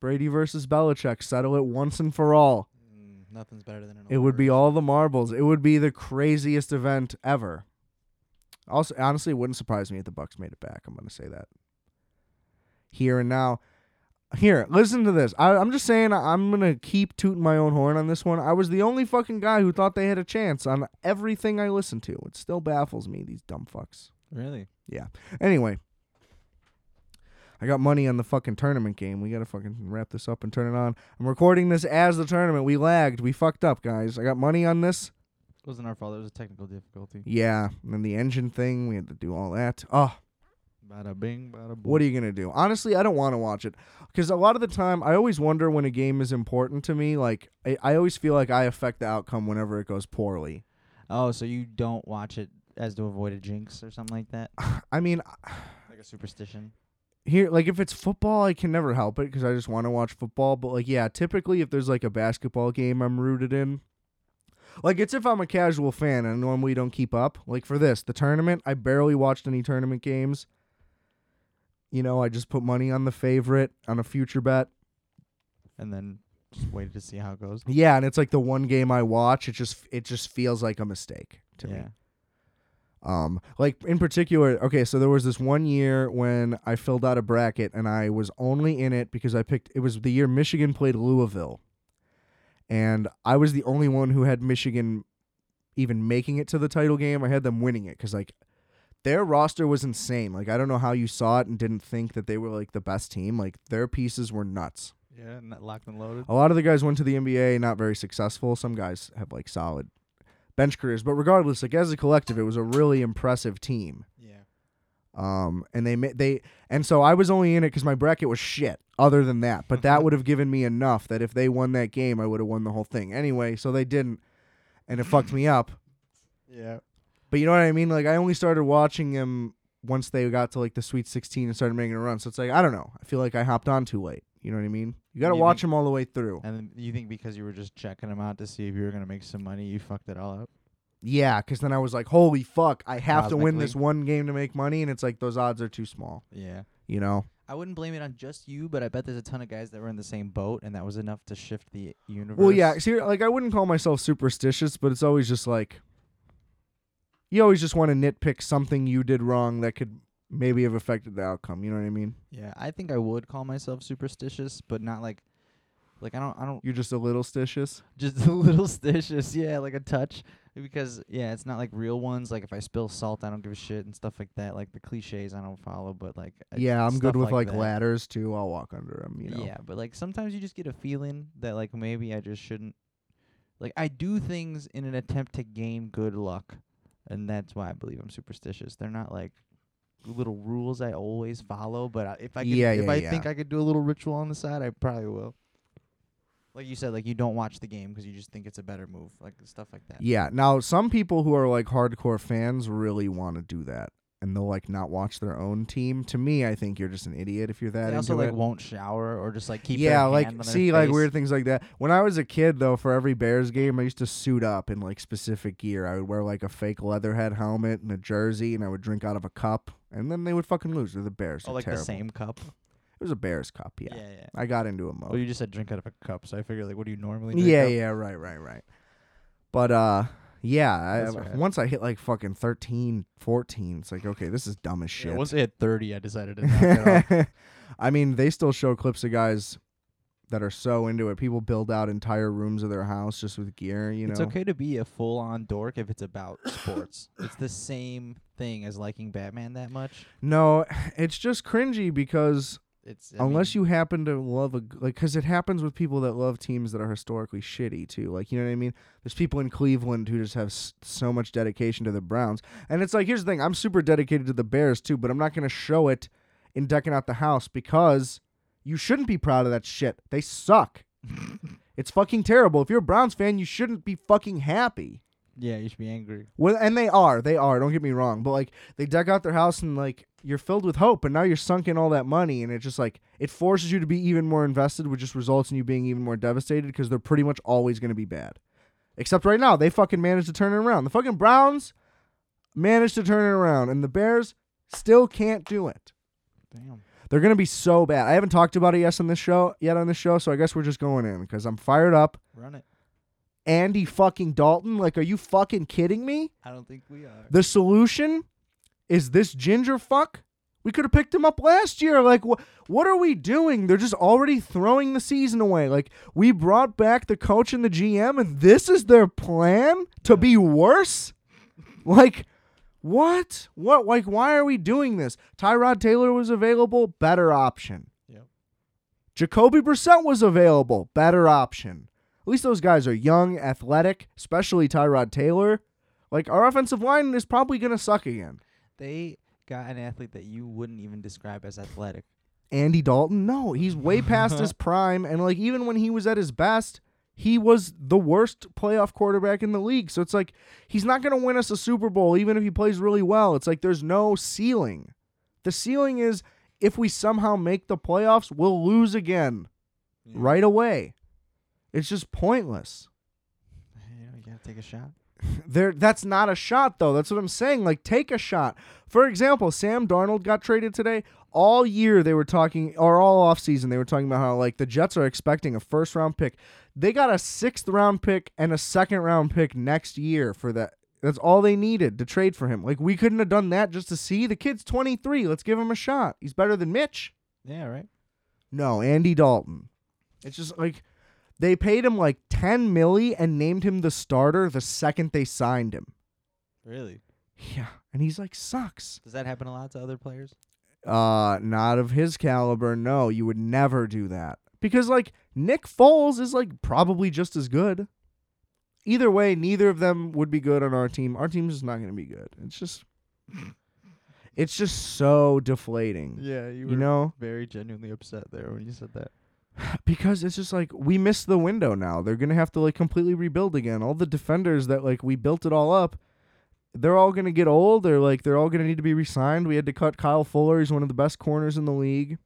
Speaker 1: Brady versus Belichick, settle it once and for all.
Speaker 2: Mm, nothing's better than an.
Speaker 1: It would be all the marbles. It would be the craziest event ever. Also, honestly, it wouldn't surprise me if the Bucks made it back. I'm gonna say that. Here and now, here, listen to this. I, I'm just saying, I'm gonna keep tooting my own horn on this one. I was the only fucking guy who thought they had a chance on everything I listened to. It still baffles me. These dumb fucks.
Speaker 2: really.
Speaker 1: Anyway, I got money on the fucking tournament game. We gotta fucking wrap this up and turn it on. I'm recording this as the tournament. We lagged. We fucked up, guys. I got money on this.
Speaker 2: wasn't our fault. It was a technical difficulty.
Speaker 1: Yeah, and then the engine thing. We had to do all that. Oh,
Speaker 2: Bada bing, bada boom.
Speaker 1: what are you gonna do? Honestly, I don't want to watch it because a lot of the time, I always wonder when a game is important to me. Like, I, I always feel like I affect the outcome whenever it goes poorly.
Speaker 2: Oh, so you don't watch it as to avoid a jinx or something like that,
Speaker 1: I mean,
Speaker 2: like a superstition.
Speaker 1: here like if it's football i can never help it because i just want to watch football but like yeah typically if there's like a basketball game i'm rooted in like it's if i'm a casual fan and I normally don't keep up like for this the tournament i barely watched any tournament games you know i just put money on the favorite on a future bet
Speaker 2: and then just waited to see how it goes.
Speaker 1: yeah and it's like the one game i watch it just it just feels like a mistake to me
Speaker 2: yeah.
Speaker 1: Um, like in particular, okay, so there was this one year when I filled out a bracket and I was only in it because I picked it was the year Michigan played Louisville. And I was the only one who had Michigan even making it to the title game. I had them winning it cuz like their roster was insane. Like I don't know how you saw it and didn't think that they were like the best team. Like their pieces were nuts.
Speaker 2: Yeah, and that locked and loaded.
Speaker 1: A lot of the guys went to the NBA, not very successful. Some guys have like solid bench careers, but regardless, like as a collective, it was a really impressive team.
Speaker 2: Yeah.
Speaker 1: Um, and they ma- they and so I was only in it because my bracket was shit. Other than that, but
Speaker 2: Mm-hmm.
Speaker 1: that would have given me enough that if they won that game, I would have won the whole thing. Anyway, so they didn't, and it fucked me up.
Speaker 2: Yeah.
Speaker 1: But you know what I mean? Like I only started watching him once they got to like the Sweet 16 and started making a run. So it's like I don't know. I feel like I hopped on too late. You know what I mean? You got to
Speaker 2: You Uh,
Speaker 1: watch
Speaker 2: think-
Speaker 1: him all the way through.
Speaker 2: And then you think because you were just checking them out to see if you were gonna make some money, you fucked it all up.
Speaker 1: Yeah, because then I was like, holy fuck, I have to win
Speaker 2: Cosmically.
Speaker 1: this one game to make money, and it's like those odds are too small.
Speaker 2: Yeah.
Speaker 1: You know?
Speaker 2: I wouldn't blame it on just you, but I bet there's a ton of guys that were in the same boat, and that was enough to shift the universe.
Speaker 1: Well, yeah. See, like I wouldn't call myself superstitious, but it's always just like you always just want to nitpick something you did wrong that could maybe have affected the outcome. You know what I mean?
Speaker 2: Yeah, I think I would call myself superstitious, but not like, like I don't, I don't,
Speaker 1: You're just a little stitious.
Speaker 2: just a little stitious. Yeah, like a touch, because yeah, it's not like real ones. Like if I spill salt, I don't give a shit and stuff like that. Like the cliches, I don't follow, but like I-
Speaker 1: yeah, I'm
Speaker 2: stuff
Speaker 1: good with like,
Speaker 2: that.
Speaker 1: ladders too. I'll walk under them. You know?
Speaker 2: Yeah, but like sometimes you just get a feeling that like maybe I just shouldn't. Like I do things in an attempt to gain good luck, and that's why I believe I'm superstitious. They're not like little rules I always follow, but I, if I could,
Speaker 1: Yeah,
Speaker 2: if
Speaker 1: yeah,
Speaker 2: I
Speaker 1: yeah.
Speaker 2: think I could do a little ritual on the side, I probably will. Like you said, like you don't watch the game 'cause you just think it's a better move, like stuff like that.
Speaker 1: Yeah. Now, some people who are like hardcore fans really want to do that, and they'll like not watch their own team. To me, I think you're just an idiot if you're that
Speaker 2: they also
Speaker 1: into
Speaker 2: like
Speaker 1: it.
Speaker 2: won't shower or just like keep their
Speaker 1: yeah,
Speaker 2: hand
Speaker 1: like
Speaker 2: on their
Speaker 1: see, like
Speaker 2: face. Oh,
Speaker 1: weird things like that. When I was a kid, though, for every Bears game, I used to suit up in like specific gear. I would wear like a fake leatherhead helmet and a jersey, and I would drink out of a cup. And then they would fucking lose. They're the Bears.
Speaker 2: Oh,
Speaker 1: They're
Speaker 2: like
Speaker 1: terrible.
Speaker 2: the same cup.
Speaker 1: It was a Bears cup. Yeah,
Speaker 2: yeah. yeah.
Speaker 1: I got into a
Speaker 2: Well,
Speaker 1: mode.
Speaker 2: you just said drink out of a cup, so I figured like, what do you normally? Drink
Speaker 1: Yeah,
Speaker 2: out of?
Speaker 1: yeah, right, right, right. But uh, yeah. I,
Speaker 2: That's all right.
Speaker 1: Once I hit like fucking 13, 14, it's like okay, this is dumb as shit.
Speaker 2: Yeah, once I hit 30, I decided to knock it off.
Speaker 1: I mean, they still show clips of guys that are so into it. People build out entire rooms of their house just with gear, you know.
Speaker 2: It's okay to be a full-on dork if it's about sports. it's the same thing as liking Batman that much.
Speaker 1: No, it's just cringy because
Speaker 2: It's
Speaker 1: unless you happen to love a g- like cuz it happens with people that love teams that are historically shitty too. Like, you know what I mean? There's people in Cleveland who just have s- so much dedication to the Browns. And it's like, here's the thing, I'm super dedicated to the Bears too, but I'm not going to show it in decking out the house because you shouldn't be proud of that shit. They suck. It's fucking terrible. If you're a Browns fan, you shouldn't be fucking happy.
Speaker 2: yeah, you should be angry.
Speaker 1: Well, and they are, they are. Don't get me wrong, but like they dug out their house and like you're filled with hope, and now you're sunk in all that money, and it just like it forces you to be even more invested, which just results in you being even more devastated because they're pretty much always going to be bad. Except right now, they fucking managed to turn it around. The fucking Browns managed to turn it around, and the Bears still can't do it.
Speaker 2: Damn.
Speaker 1: They're gonna be so bad. I haven't talked about it yes on this show yet on this show, so I guess we're just going in because I'm fired up.
Speaker 2: Run it.
Speaker 1: Andy fucking Dalton, like, are you fucking kidding me?
Speaker 2: I don't think we are.
Speaker 1: The solution is this ginger fuck. We could have picked him up last year. Like, wh- what are we doing? They're just already throwing the season away. Like, we brought back the coach and the GM, and this is their plan to
Speaker 2: Yeah.
Speaker 1: be worse? Like, what? What? Like, why are we doing this? Tyrod Taylor was available, better option.
Speaker 2: Yep.
Speaker 1: Jacoby Brissett was available, better option. At least those guys are young, athletic, especially Tyrod Taylor. Like, our offensive line is probably going to suck again.
Speaker 2: They got an athlete that you wouldn't even describe as athletic.
Speaker 1: Andy Dalton? No, he's way past his prime. And like even when he was at his best, he was the worst playoff quarterback in the league. So it's like he's not going to win us a Super Bowl, even if he plays really well. It's like there's no ceiling. The ceiling is if we somehow make the playoffs, we'll lose again right away. It's just pointless.
Speaker 2: You know, you gotta take a shot.
Speaker 1: There, that's not a shot though. That's what I'm saying. Like, take a shot. For example, Sam Darnold got traded today. All year they were talking, or all offseason they were talking about how like the Jets are expecting a first round pick. They got a sixth round pick and a second round pick next year for that. That's all they needed to trade for him. Like, we couldn't have done that just to see the kid's 23. Let's give him a shot. He's better than Mitch.
Speaker 2: Yeah, right.
Speaker 1: No, Andy Dalton. It's just like they paid him like 10 milli and named him the starter the second they signed him.
Speaker 2: Really?
Speaker 1: Yeah, and he's like sucks.
Speaker 2: Does that happen a lot to other players?
Speaker 1: Uh, not of his caliber. No, you would never do that because like Nick Foles is like probably just as good. Either way, neither of them would be good on our team. Our team's just not going to be good. It's just, it's just so deflating.
Speaker 2: Yeah,
Speaker 1: You know,
Speaker 2: very genuinely upset there when you said that.
Speaker 1: because it's just like we missed the window now. They're gonna have to like completely rebuild again. All the defenders that like we built it all up, they're all gonna get old. They're like they're all gonna need to be re-signed. We had to cut Kyle Fuller. He's one of the best corners in the league.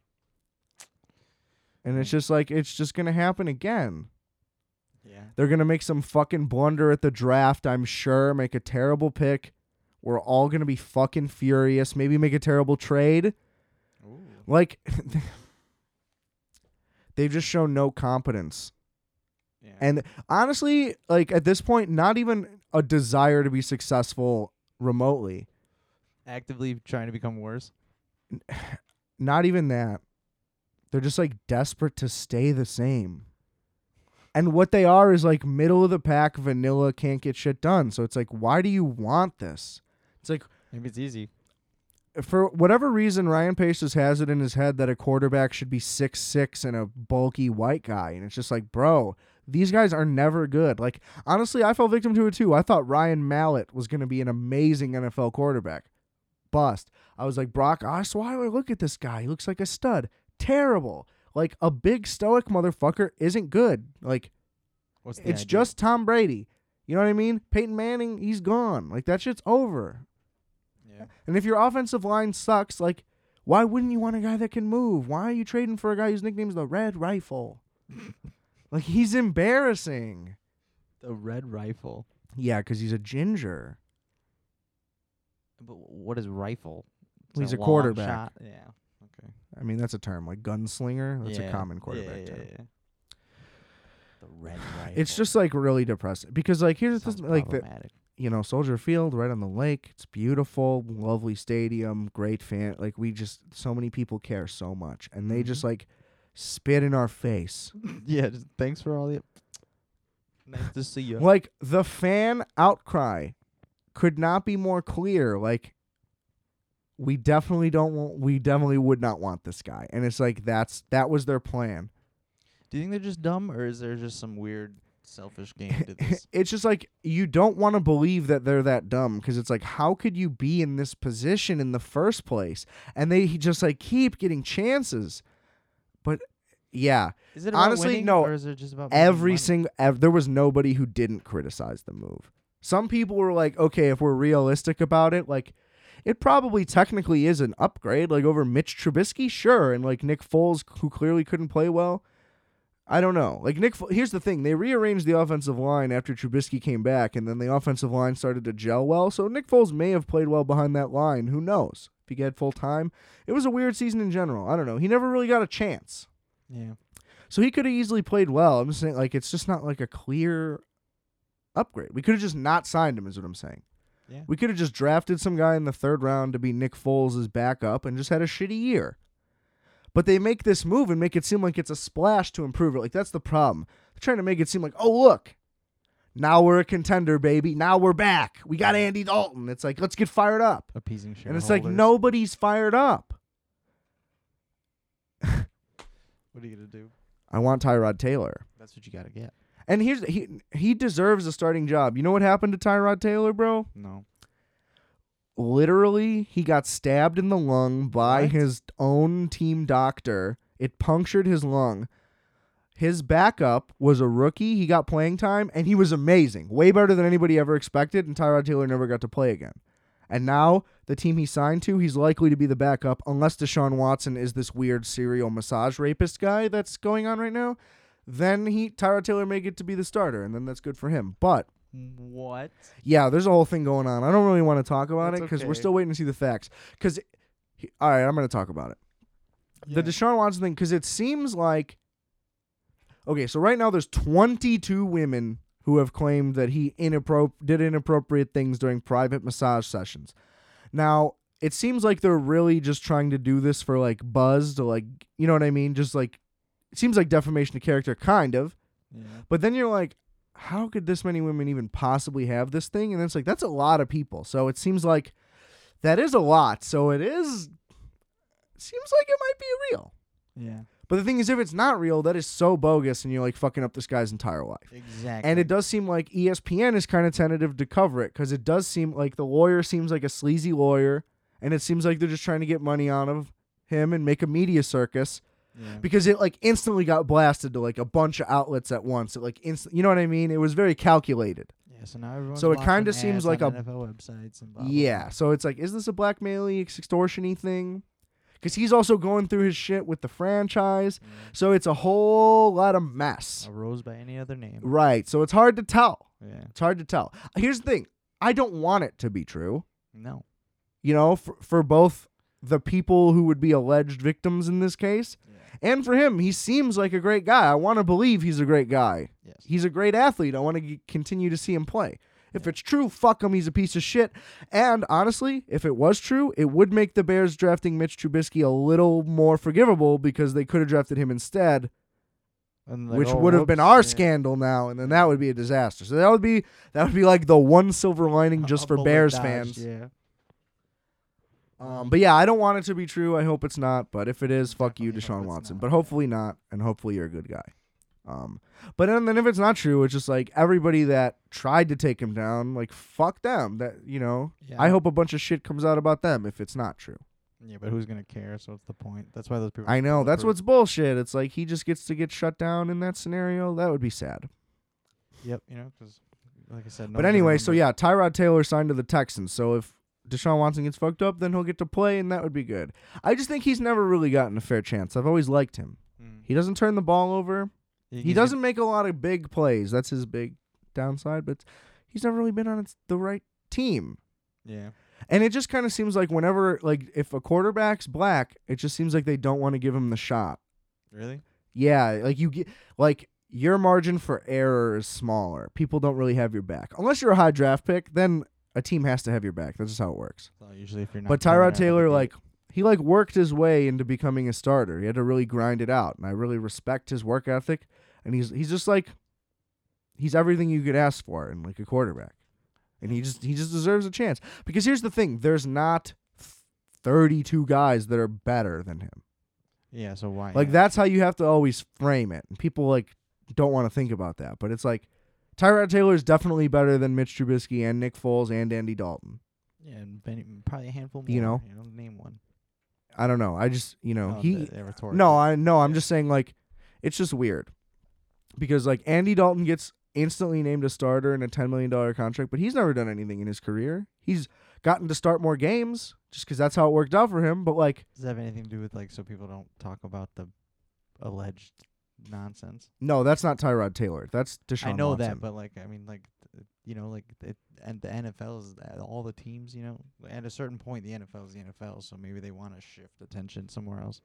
Speaker 1: And it's just like it's just gonna happen again.
Speaker 2: Yeah.
Speaker 1: They're gonna make some fucking blunder at the draft, I'm sure. Make a terrible pick. We're all gonna be fucking furious. Maybe make a terrible trade.
Speaker 2: Ooh.
Speaker 1: Like they've just shown no competence.
Speaker 2: Yeah.
Speaker 1: And honestly, like at this point, not even a desire to be successful remotely.
Speaker 2: actively trying to become worse.
Speaker 1: Not even that. They're just like desperate to stay the same. And what they are is like middle of the pack vanilla can't get shit done. So it's like, why do you want this? It's like
Speaker 2: Maybe it's easy.
Speaker 1: for whatever reason, Ryan Paces has it in his head that a quarterback should be six six and a bulky white guy, and it's just like, bro, these guys are never good. Like honestly, I fell victim to it too. I thought Ryan Mallett was going to be an amazing NFL quarterback, bust. I was like, Brock Osweiler, look at this guy. He looks like a stud. Terrible. Like a big stoic motherfucker isn't good. Like
Speaker 2: What's the
Speaker 1: it's
Speaker 2: idea?
Speaker 1: just Tom Brady. You know what I mean? Peyton Manning, he's gone. Like that shit's over.
Speaker 2: yeah.
Speaker 1: And if your offensive line sucks, like, why wouldn't you want a guy that can move? Why are you trading for a guy whose nickname's the Red Rifle? like, he's embarrassing.
Speaker 2: the red rifle.
Speaker 1: Yeah, because he's a ginger.
Speaker 2: But wh- what is rifle? It's
Speaker 1: Well, he's a
Speaker 2: long
Speaker 1: quarterback.
Speaker 2: shot. Yeah. Okay.
Speaker 1: I mean, that's a term like gunslinger. That's
Speaker 2: Yeah.
Speaker 1: a common quarterback term.
Speaker 2: The red rifle.
Speaker 1: It's just like really depressing because like here's this
Speaker 2: Sounds
Speaker 1: like the,
Speaker 2: problematic.
Speaker 1: you know Soldier Field right on the lake. It's beautiful, lovely stadium, great fan. Like we just so many people care so much, and they
Speaker 2: Mm-hmm.
Speaker 1: just like spit in our face.
Speaker 2: yeah. Just thanks for all the. Nice to see you.
Speaker 1: Like the fan outcry could not be more clear. Like we definitely don't want we definitely would not want this guy. And it's like that's that was their plan.
Speaker 2: Do you think they're just dumb, or is there just some weird selfish game to this?
Speaker 1: it's just like you don't want to believe that they're that dumb because it's like how could you be in this position in the first place? And they just like keep getting chances. But yeah,
Speaker 2: Is it about
Speaker 1: Honestly,
Speaker 2: winning,
Speaker 1: no.
Speaker 2: or is it just about making
Speaker 1: every
Speaker 2: money?
Speaker 1: single ev- there was nobody who didn't criticize the move some people were like okay if we're realistic about it like it probably technically is an upgrade like over mitch trubisky sure and like nick foles who clearly couldn't play well I don't know. Like Nick, F- here's the thing: they rearranged the offensive line after Trubisky came back, and then the offensive line started to gel well. So Nick Foles may have played well behind that line. Who knows? If he get full time, it was a weird season in general. I don't know. He never really got a chance,
Speaker 2: Yeah.
Speaker 1: so he could have easily played well. I'm just saying, like it's just not like a clear upgrade. We could have just not signed him, is what I'm saying.
Speaker 2: Yeah.
Speaker 1: We could have just drafted some guy in the third round to be Nick Foles' backup and just had a shitty year. But they make this move and make it seem like it's a splash to improve it. Like that's the problem. They're trying to make it seem like, oh look, now we're a contender, baby. Now we're back. We got Andy Dalton. It's like let's get fired up.
Speaker 2: Appeasing shareholders.
Speaker 1: And it's like nobody's fired up.
Speaker 2: What are you gonna do?
Speaker 1: I want Tyrod Taylor.
Speaker 2: That's what you gotta get.
Speaker 1: And here's he he deserves a starting job. You know what happened to Tyrod Taylor, bro?
Speaker 2: No.
Speaker 1: literally he got stabbed in the lung by
Speaker 2: What?
Speaker 1: his own team doctor it punctured his lung his backup was a rookie he got playing time and he was amazing way better than anybody ever expected and tyrod taylor never got to play again and now the team he signed to he's likely to be the backup unless deshaun watson is this weird serial massage rapist guy that's going on right now then he tyrod taylor may get to be the starter and then that's good for him but
Speaker 2: What?
Speaker 1: yeah, there's a whole thing going on. I don't really want to talk about it
Speaker 2: That's
Speaker 1: it because we're
Speaker 2: okay.
Speaker 1: still waiting to see the facts. Because, all right, I'm going to talk about it. The Deshaun Watson thing, because it seems like, okay, so right now there's 22 women who have claimed that he inappropri- did inappropriate things during private massage sessions. Now, it seems like they're really just trying to do this for like buzz to like, you know what I mean? Just like, it seems like defamation of character, kind of.
Speaker 2: yeah.
Speaker 1: But then you're like, how could this many women even possibly have this thing? And then it's like, that's a lot of people. So it seems like that is a lot. So it is, seems like it might be real.
Speaker 2: Yeah.
Speaker 1: But the thing is, if it's not real, that is so bogus and you're like fucking up this guy's entire life.
Speaker 2: Exactly.
Speaker 1: And it does seem like E ESPN is kind of tentative to cover it because it does seem like the lawyer seems like a sleazy lawyer and it seems like they're just trying to get money out of him and make a media circus
Speaker 2: Yeah.
Speaker 1: because it like instantly got blasted to like a bunch of outlets at once. It like instant, you know what I mean? It was very calculated.
Speaker 2: yeah. So now everyone's
Speaker 1: so it
Speaker 2: watching
Speaker 1: kinda seems
Speaker 2: ads
Speaker 1: like
Speaker 2: on
Speaker 1: a-
Speaker 2: NFL websites and blah, blah,
Speaker 1: yeah. So it's like, is this a blackmailing extortiony thing? Because he's also going through his shit with the franchise.
Speaker 2: blah.
Speaker 1: So it's a whole lot of mess.
Speaker 2: A rose by any other name.
Speaker 1: Right. So it's hard to tell.
Speaker 2: Yeah.
Speaker 1: It's hard to tell. Here's the thing. I don't want it to be true.
Speaker 2: No.
Speaker 1: You know, for, for both the people who would be alleged victims in this case,
Speaker 2: Yeah.
Speaker 1: and for him, he seems like a great guy. I want to believe he's a great guy.
Speaker 2: Yes.
Speaker 1: He's a great athlete. I want to g- continue to see him play. If
Speaker 2: Yeah.
Speaker 1: it's true, fuck him. He's a piece of shit. And honestly, if it was true, it would make the Bears drafting Mitch Trubisky a little more forgivable because they could have drafted him instead,
Speaker 2: And like,
Speaker 1: which
Speaker 2: oh,
Speaker 1: would have been
Speaker 2: whoops,
Speaker 1: our
Speaker 2: yeah.
Speaker 1: scandal now, and then that would be a disaster. So that would be that would be like the one silver lining
Speaker 2: A-
Speaker 1: just
Speaker 2: a
Speaker 1: for
Speaker 2: bullet
Speaker 1: Bears
Speaker 2: dodged,
Speaker 1: fans.
Speaker 2: Yeah.
Speaker 1: Um, but yeah, I don't want it to be true. I hope it's not. But if it is, fuck you,
Speaker 2: Definitely hope
Speaker 1: Deshaun
Speaker 2: it's
Speaker 1: Watson.
Speaker 2: not,
Speaker 1: But
Speaker 2: yeah.
Speaker 1: hopefully not, and hopefully you're a good guy. Um, but and then if it's not true, it's just like everybody that tried to take him down, like fuck them. That you know,
Speaker 2: yeah.
Speaker 1: I hope a bunch of shit comes out about them if it's not true.
Speaker 2: Yeah, but who's gonna care? So what's the point? That's why those people.
Speaker 1: I know that's
Speaker 2: bulletproof.
Speaker 1: what's bullshit. It's like he just gets to get shut down in that scenario. That would be sad.
Speaker 2: Yep, you know, because like I said. No
Speaker 1: but
Speaker 2: one's gonna
Speaker 1: anyway, so
Speaker 2: remember.
Speaker 1: yeah, Tyrod Taylor signed to the Texans. So if Deshaun Watson gets fucked up, then he'll get to play, and that would be good. I just think he's never really gotten a fair chance. I've always liked him.
Speaker 2: Mm.
Speaker 1: He doesn't turn the ball over.
Speaker 2: You
Speaker 1: He
Speaker 2: can get-
Speaker 1: doesn't make a lot of big plays. That's his big downside, but he's never really been on its- the right team.
Speaker 2: Yeah.
Speaker 1: And it just kind of seems like whenever like if a quarterback's black, it just seems like they don't want to give him the shot.
Speaker 2: Really?
Speaker 1: Yeah, like you get like your margin for error is smaller. People don't really have your back. Unless you're a high draft pick, then a team has to have your back. That's just how it works.
Speaker 2: So usually, if you're not.
Speaker 1: But
Speaker 2: coming out
Speaker 1: Tyrod
Speaker 2: of the
Speaker 1: Taylor,
Speaker 2: gate-
Speaker 1: like he like worked his way into becoming a starter. He had to really grind it out, and I really respect his work ethic. And he's he's just like he's everything you could ask for in like a quarterback, and he just he just deserves a chance. Because here's the thing: there's not 32 guys that are better than him.
Speaker 2: Yeah. So why?
Speaker 1: Like
Speaker 2: yeah.
Speaker 1: that's how you have to always frame it. And people like don't want to think about that, but it's like Tyrod Taylor is definitely better than Mitch Trubisky and Nick Foles and Andy Dalton.
Speaker 2: Yeah, and many, probably a handful more.
Speaker 1: You know?
Speaker 2: You know, name one.
Speaker 1: I don't know. I just you know
Speaker 2: Oh,
Speaker 1: he
Speaker 2: the- they're rhetorical.
Speaker 1: No, I no, I'm
Speaker 2: Yeah.
Speaker 1: just saying like it's just weird. Because like Andy Dalton gets instantly named a starter in a 10 million dollar contract, but he's never done anything in his career. He's gotten to start more games just cuz that's how it worked out for him, but like
Speaker 2: Does that have anything to do with like so people don't talk about the alleged nonsense.
Speaker 1: No, that's not Tyrod Taylor. That's Deshaun.
Speaker 2: I know
Speaker 1: Watson.
Speaker 2: that, but like, I mean, like, th- you know, like, it, and the NFL is th- all the teams. You know, at a certain point, the NFL is the NFL, so maybe they want to shift attention somewhere else.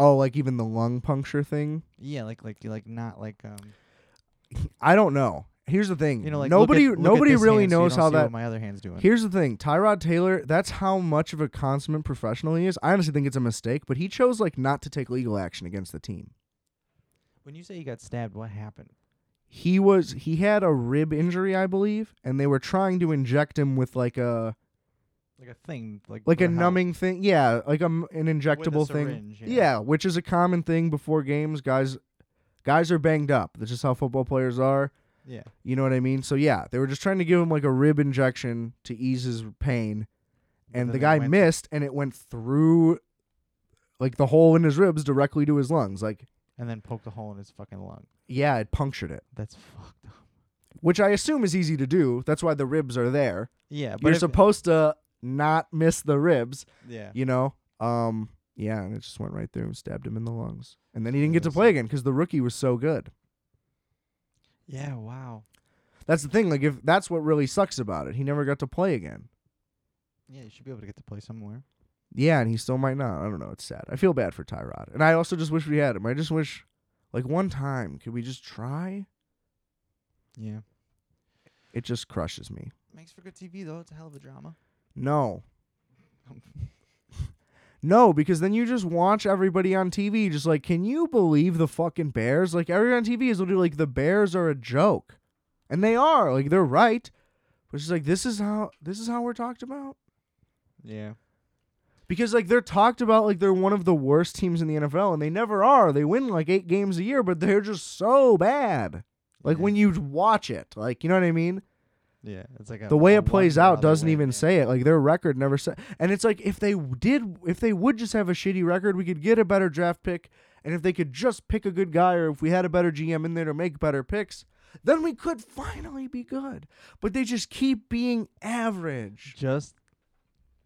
Speaker 1: oh, like even the lung puncture thing.
Speaker 2: Yeah, like, like, like, not like, um,
Speaker 1: I don't know. Here's the thing.
Speaker 2: you know, like look
Speaker 1: nobody,
Speaker 2: at- look at
Speaker 1: nobody
Speaker 2: this
Speaker 1: really
Speaker 2: hand so you
Speaker 1: knows
Speaker 2: don't
Speaker 1: how
Speaker 2: see
Speaker 1: that.
Speaker 2: What my other hand's doing.
Speaker 1: Here's the thing, Tyrod Taylor. That's how much of a consummate professional he is. I honestly think it's a mistake, but he chose like not to take legal action against the team.
Speaker 2: when you say you got stabbed, what happened?
Speaker 1: He was he had a rib injury, I believe, and they were trying to inject him with like a
Speaker 2: Like a thing, like
Speaker 1: like a
Speaker 2: how-
Speaker 1: numbing thing. Yeah, like a, m- an
Speaker 2: with a
Speaker 1: injectable thing.
Speaker 2: syringe,
Speaker 1: Yeah. which is a common thing before games. Guys, guys are banged up. That's just how football players are.
Speaker 2: yeah.
Speaker 1: You know what I mean? So yeah, they were just trying to give him like a rib injection to ease his pain,
Speaker 2: But
Speaker 1: and
Speaker 2: then
Speaker 1: the
Speaker 2: it
Speaker 1: guy
Speaker 2: went-
Speaker 1: missed, and it went through, like the hole in his ribs directly to his lungs. Like
Speaker 2: and then poked a hole in his fucking lung.
Speaker 1: yeah, it punctured it,
Speaker 2: That's fucked up.
Speaker 1: which I assume is easy to do. That's why the ribs are there.
Speaker 2: Yeah, but
Speaker 1: You're
Speaker 2: if-
Speaker 1: supposed to not miss the ribs.
Speaker 2: yeah.
Speaker 1: You know, um, yeah, and it just went right through and stabbed him in the lungs, and then he didn't get to
Speaker 2: Yes.
Speaker 1: play again because the rookie was so good.
Speaker 2: Yeah, wow.
Speaker 1: That's the thing. Like if that's what really sucks about it, he never got to play again.
Speaker 2: Yeah, you should be able to get to play somewhere.
Speaker 1: Yeah, and he still might not. I don't know. It's sad. I feel bad for Tyrod, and I also just wish we had him. I just wish, like one time, could we just try?
Speaker 2: Yeah.
Speaker 1: It just crushes me.
Speaker 2: Makes for good TV though. It's a hell of a drama.
Speaker 1: No, no, because then you just watch everybody on TV. Just like, can you believe the fucking Bears? Like everyone on TV is literally like the Bears are a joke, and they are. Like they're right, but it's just like this is how this is how we're talked about.
Speaker 2: yeah.
Speaker 1: Because like they're talked about like they're one of the worst teams in the NFL, and they never are. They win like eight games a year, but they're just so bad. Like
Speaker 2: yeah.
Speaker 1: when you watch it, like you know what I mean.
Speaker 2: Yeah, it's like a,
Speaker 1: The way
Speaker 2: a
Speaker 1: it plays
Speaker 2: wonder how
Speaker 1: out
Speaker 2: they
Speaker 1: doesn't
Speaker 2: win,
Speaker 1: even
Speaker 2: yeah.
Speaker 1: say it. Like their record never said. And it's like if they w- did, if they would just have a shitty record, we could get a better draft pick. And if they could just pick a good guy, or if we had a better GM in there to make better picks, then we could finally be good. But they just keep being average.
Speaker 2: just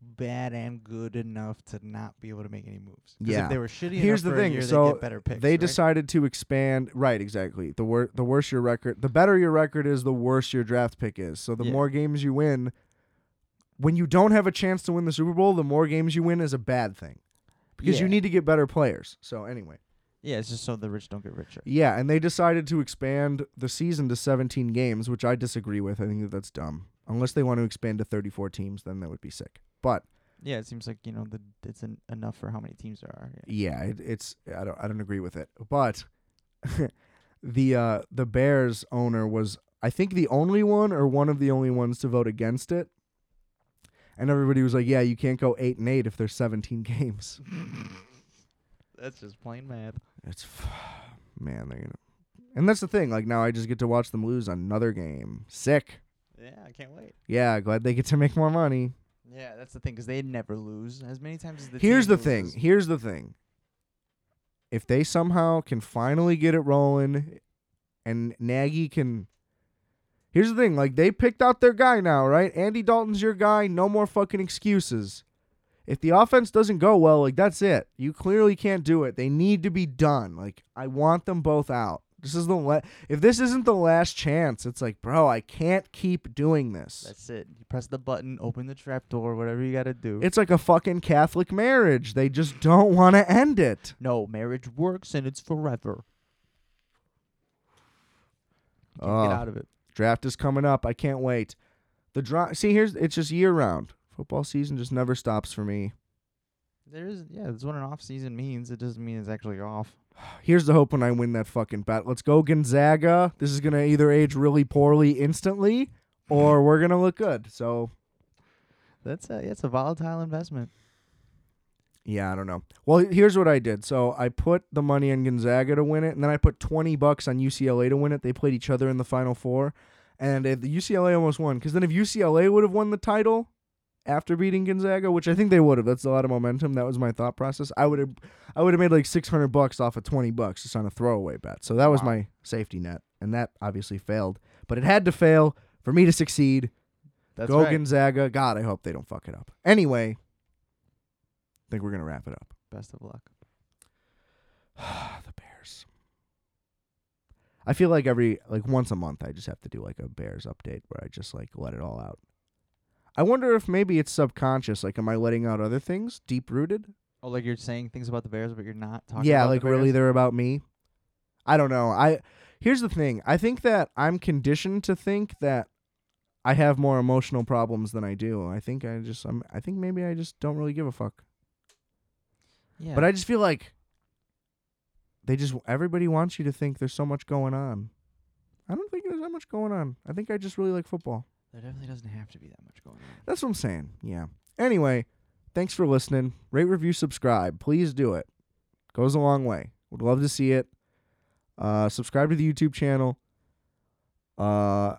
Speaker 2: bad and good enough to not be able to make any moves. 'Cause
Speaker 1: Yeah.
Speaker 2: if they were shitty
Speaker 1: Here's
Speaker 2: enough
Speaker 1: the
Speaker 2: for
Speaker 1: thing,
Speaker 2: a year,
Speaker 1: so
Speaker 2: they get better picks.
Speaker 1: they
Speaker 2: right?
Speaker 1: decided to expand. Right, exactly. The wor- the worse your record, the better your record is, the worse your draft pick is. So the
Speaker 2: Yeah.
Speaker 1: more games you win, when you don't have a chance to win the Super Bowl, the more games you win is a bad thing because you
Speaker 2: Yeah.
Speaker 1: need to get better players. So anyway,
Speaker 2: Yeah, it's just so the rich don't get richer.
Speaker 1: yeah, and they decided to expand the season to 17 games, which I disagree with. I think that that's dumb. Unless they want to expand to 34 teams, then that would be sick. But
Speaker 2: Yeah, it seems like you know the it's en- enough for how many teams there are. Yeah.
Speaker 1: yeah, it, it's I don't I don't agree with it. But the uh the Bears owner was I think the only one or one of the only ones to vote against it. And everybody was like, "Yeah, you can't go 8 and 8 if there's 17 games."
Speaker 2: That's just plain math.
Speaker 1: It's f- man, they're gonna And that's the thing, like now I just get to watch them lose another game. Sick.
Speaker 2: Yeah, I can't wait.
Speaker 1: Yeah, glad they get to make more money.
Speaker 2: Yeah, that's the thing, 'cause they never lose as many times as the
Speaker 1: Here's
Speaker 2: team
Speaker 1: the thing.
Speaker 2: loses.
Speaker 1: Here's the thing. If they somehow can finally get it rolling and Nagy can Here's the thing, like they picked out their guy now, right? Andy Dalton's your guy, no more fucking excuses. If the offense doesn't go well, like that's it. You clearly can't do it. They need to be done. Like I want them both out. This is the la- if this isn't the last chance, it's like, bro, I can't keep doing this.
Speaker 2: That's it. You press the button, open the trap door, whatever you gotta do.
Speaker 1: It's like a fucking Catholic marriage. They just don't want to end it.
Speaker 2: no, marriage works and it's forever. You can't
Speaker 1: Ugh.
Speaker 2: get out of it.
Speaker 1: Draft is coming up. I can't wait. The draw. See, here's it's just year round. Football season just never stops for me.
Speaker 2: There is yeah, that's what an off season means. It doesn't mean it's actually off.
Speaker 1: Here's the hope when I win that fucking bet. Let's go Gonzaga. This is gonna either age really poorly instantly, or we're gonna look good. So
Speaker 2: That's a it's a volatile investment.
Speaker 1: yeah, I don't know. Well, here's what I did. So I put the money on Gonzaga to win it, and then I put twenty bucks on UCLA to win it. They played each other in the final four, and if the UCLA almost won. Because then if UCLA would have won the title, after beating Gonzaga, which I think they would have. That's a lot of momentum. That was my thought process. I would have, I would have made like six hundred bucks off of twenty bucks just on a throwaway bet. So that was
Speaker 2: Wow.
Speaker 1: my safety net, and that obviously failed. But it had to fail for me to succeed.
Speaker 2: That's
Speaker 1: Go
Speaker 2: right.
Speaker 1: Gonzaga. God, I hope they don't fuck it up. Anyway, I think we're gonna wrap it up.
Speaker 2: Best of luck.
Speaker 1: the Bears. I feel like every like once a month I just have to do like a Bears update where I just like let it all out. I wonder if maybe it's subconscious. Like, am I letting out other things deep rooted?
Speaker 2: Oh, like you're saying things about the Bears, but you're not talking.
Speaker 1: yeah
Speaker 2: about
Speaker 1: like
Speaker 2: the
Speaker 1: really
Speaker 2: Bears?
Speaker 1: they're about me i don't know i here's the thing i think that i'm conditioned to think that i have more emotional problems than i do i think i just i'm i think maybe i just don't really give a fuck
Speaker 2: Yeah,
Speaker 1: but i just feel like they just everybody wants you to think there's so much going on i don't think there's that much going on i think i just really like football
Speaker 2: there definitely doesn't have to be that much going on.
Speaker 1: that's what i'm saying yeah anyway thanks for listening rate review subscribe please do it goes a long way. Would love to see it. Uh, subscribe to the YouTube channel. Uh,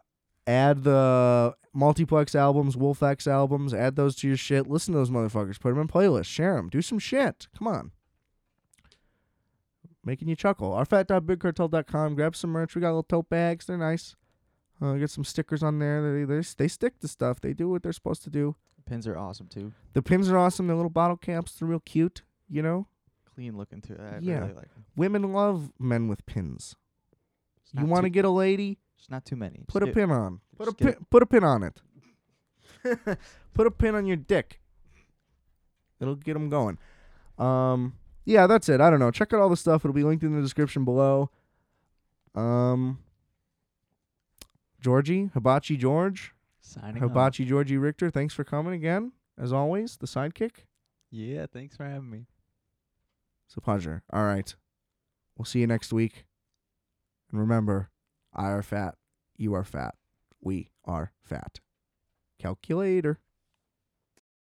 Speaker 1: add the multiplex albums, Wolfx albums. Add those to your shit. Listen to those motherfuckers. Put them in playlists. Share them. Do some shit. Come on. Making you chuckle. Our fat.bigcartel.com. Grab some merch. We got little tote bags. They're nice. Uh, get some stickers on there. They, they they stick to stuff. They do what they're supposed to do.
Speaker 2: Pins are awesome too.
Speaker 1: The pins are awesome. The little bottle caps. They're real cute. You know,
Speaker 2: Clean looking too. I
Speaker 1: Yeah.
Speaker 2: really like. Them.
Speaker 1: women love men with pins.
Speaker 2: It's
Speaker 1: you
Speaker 2: not
Speaker 1: want to
Speaker 2: too-
Speaker 1: get a lady?
Speaker 2: It's not too many.
Speaker 1: Put a
Speaker 2: Just do-
Speaker 1: pin on. Put a
Speaker 2: Just get
Speaker 1: pin, put a pin on it. put a pin on your dick. It'll get them going. Um, yeah, that's it. I don't know. Check out all the stuff. It'll be linked in the description below. Um, Georgie Hibachi George
Speaker 2: Signing off.
Speaker 1: Hibachi Georgie Richter. Thanks for coming again. As always, the sidekick.
Speaker 2: Yeah, thanks for having me.
Speaker 1: It's a pleasure. All right. We'll see you next week. And remember, I are fat. You are fat. We are fat. Calculator.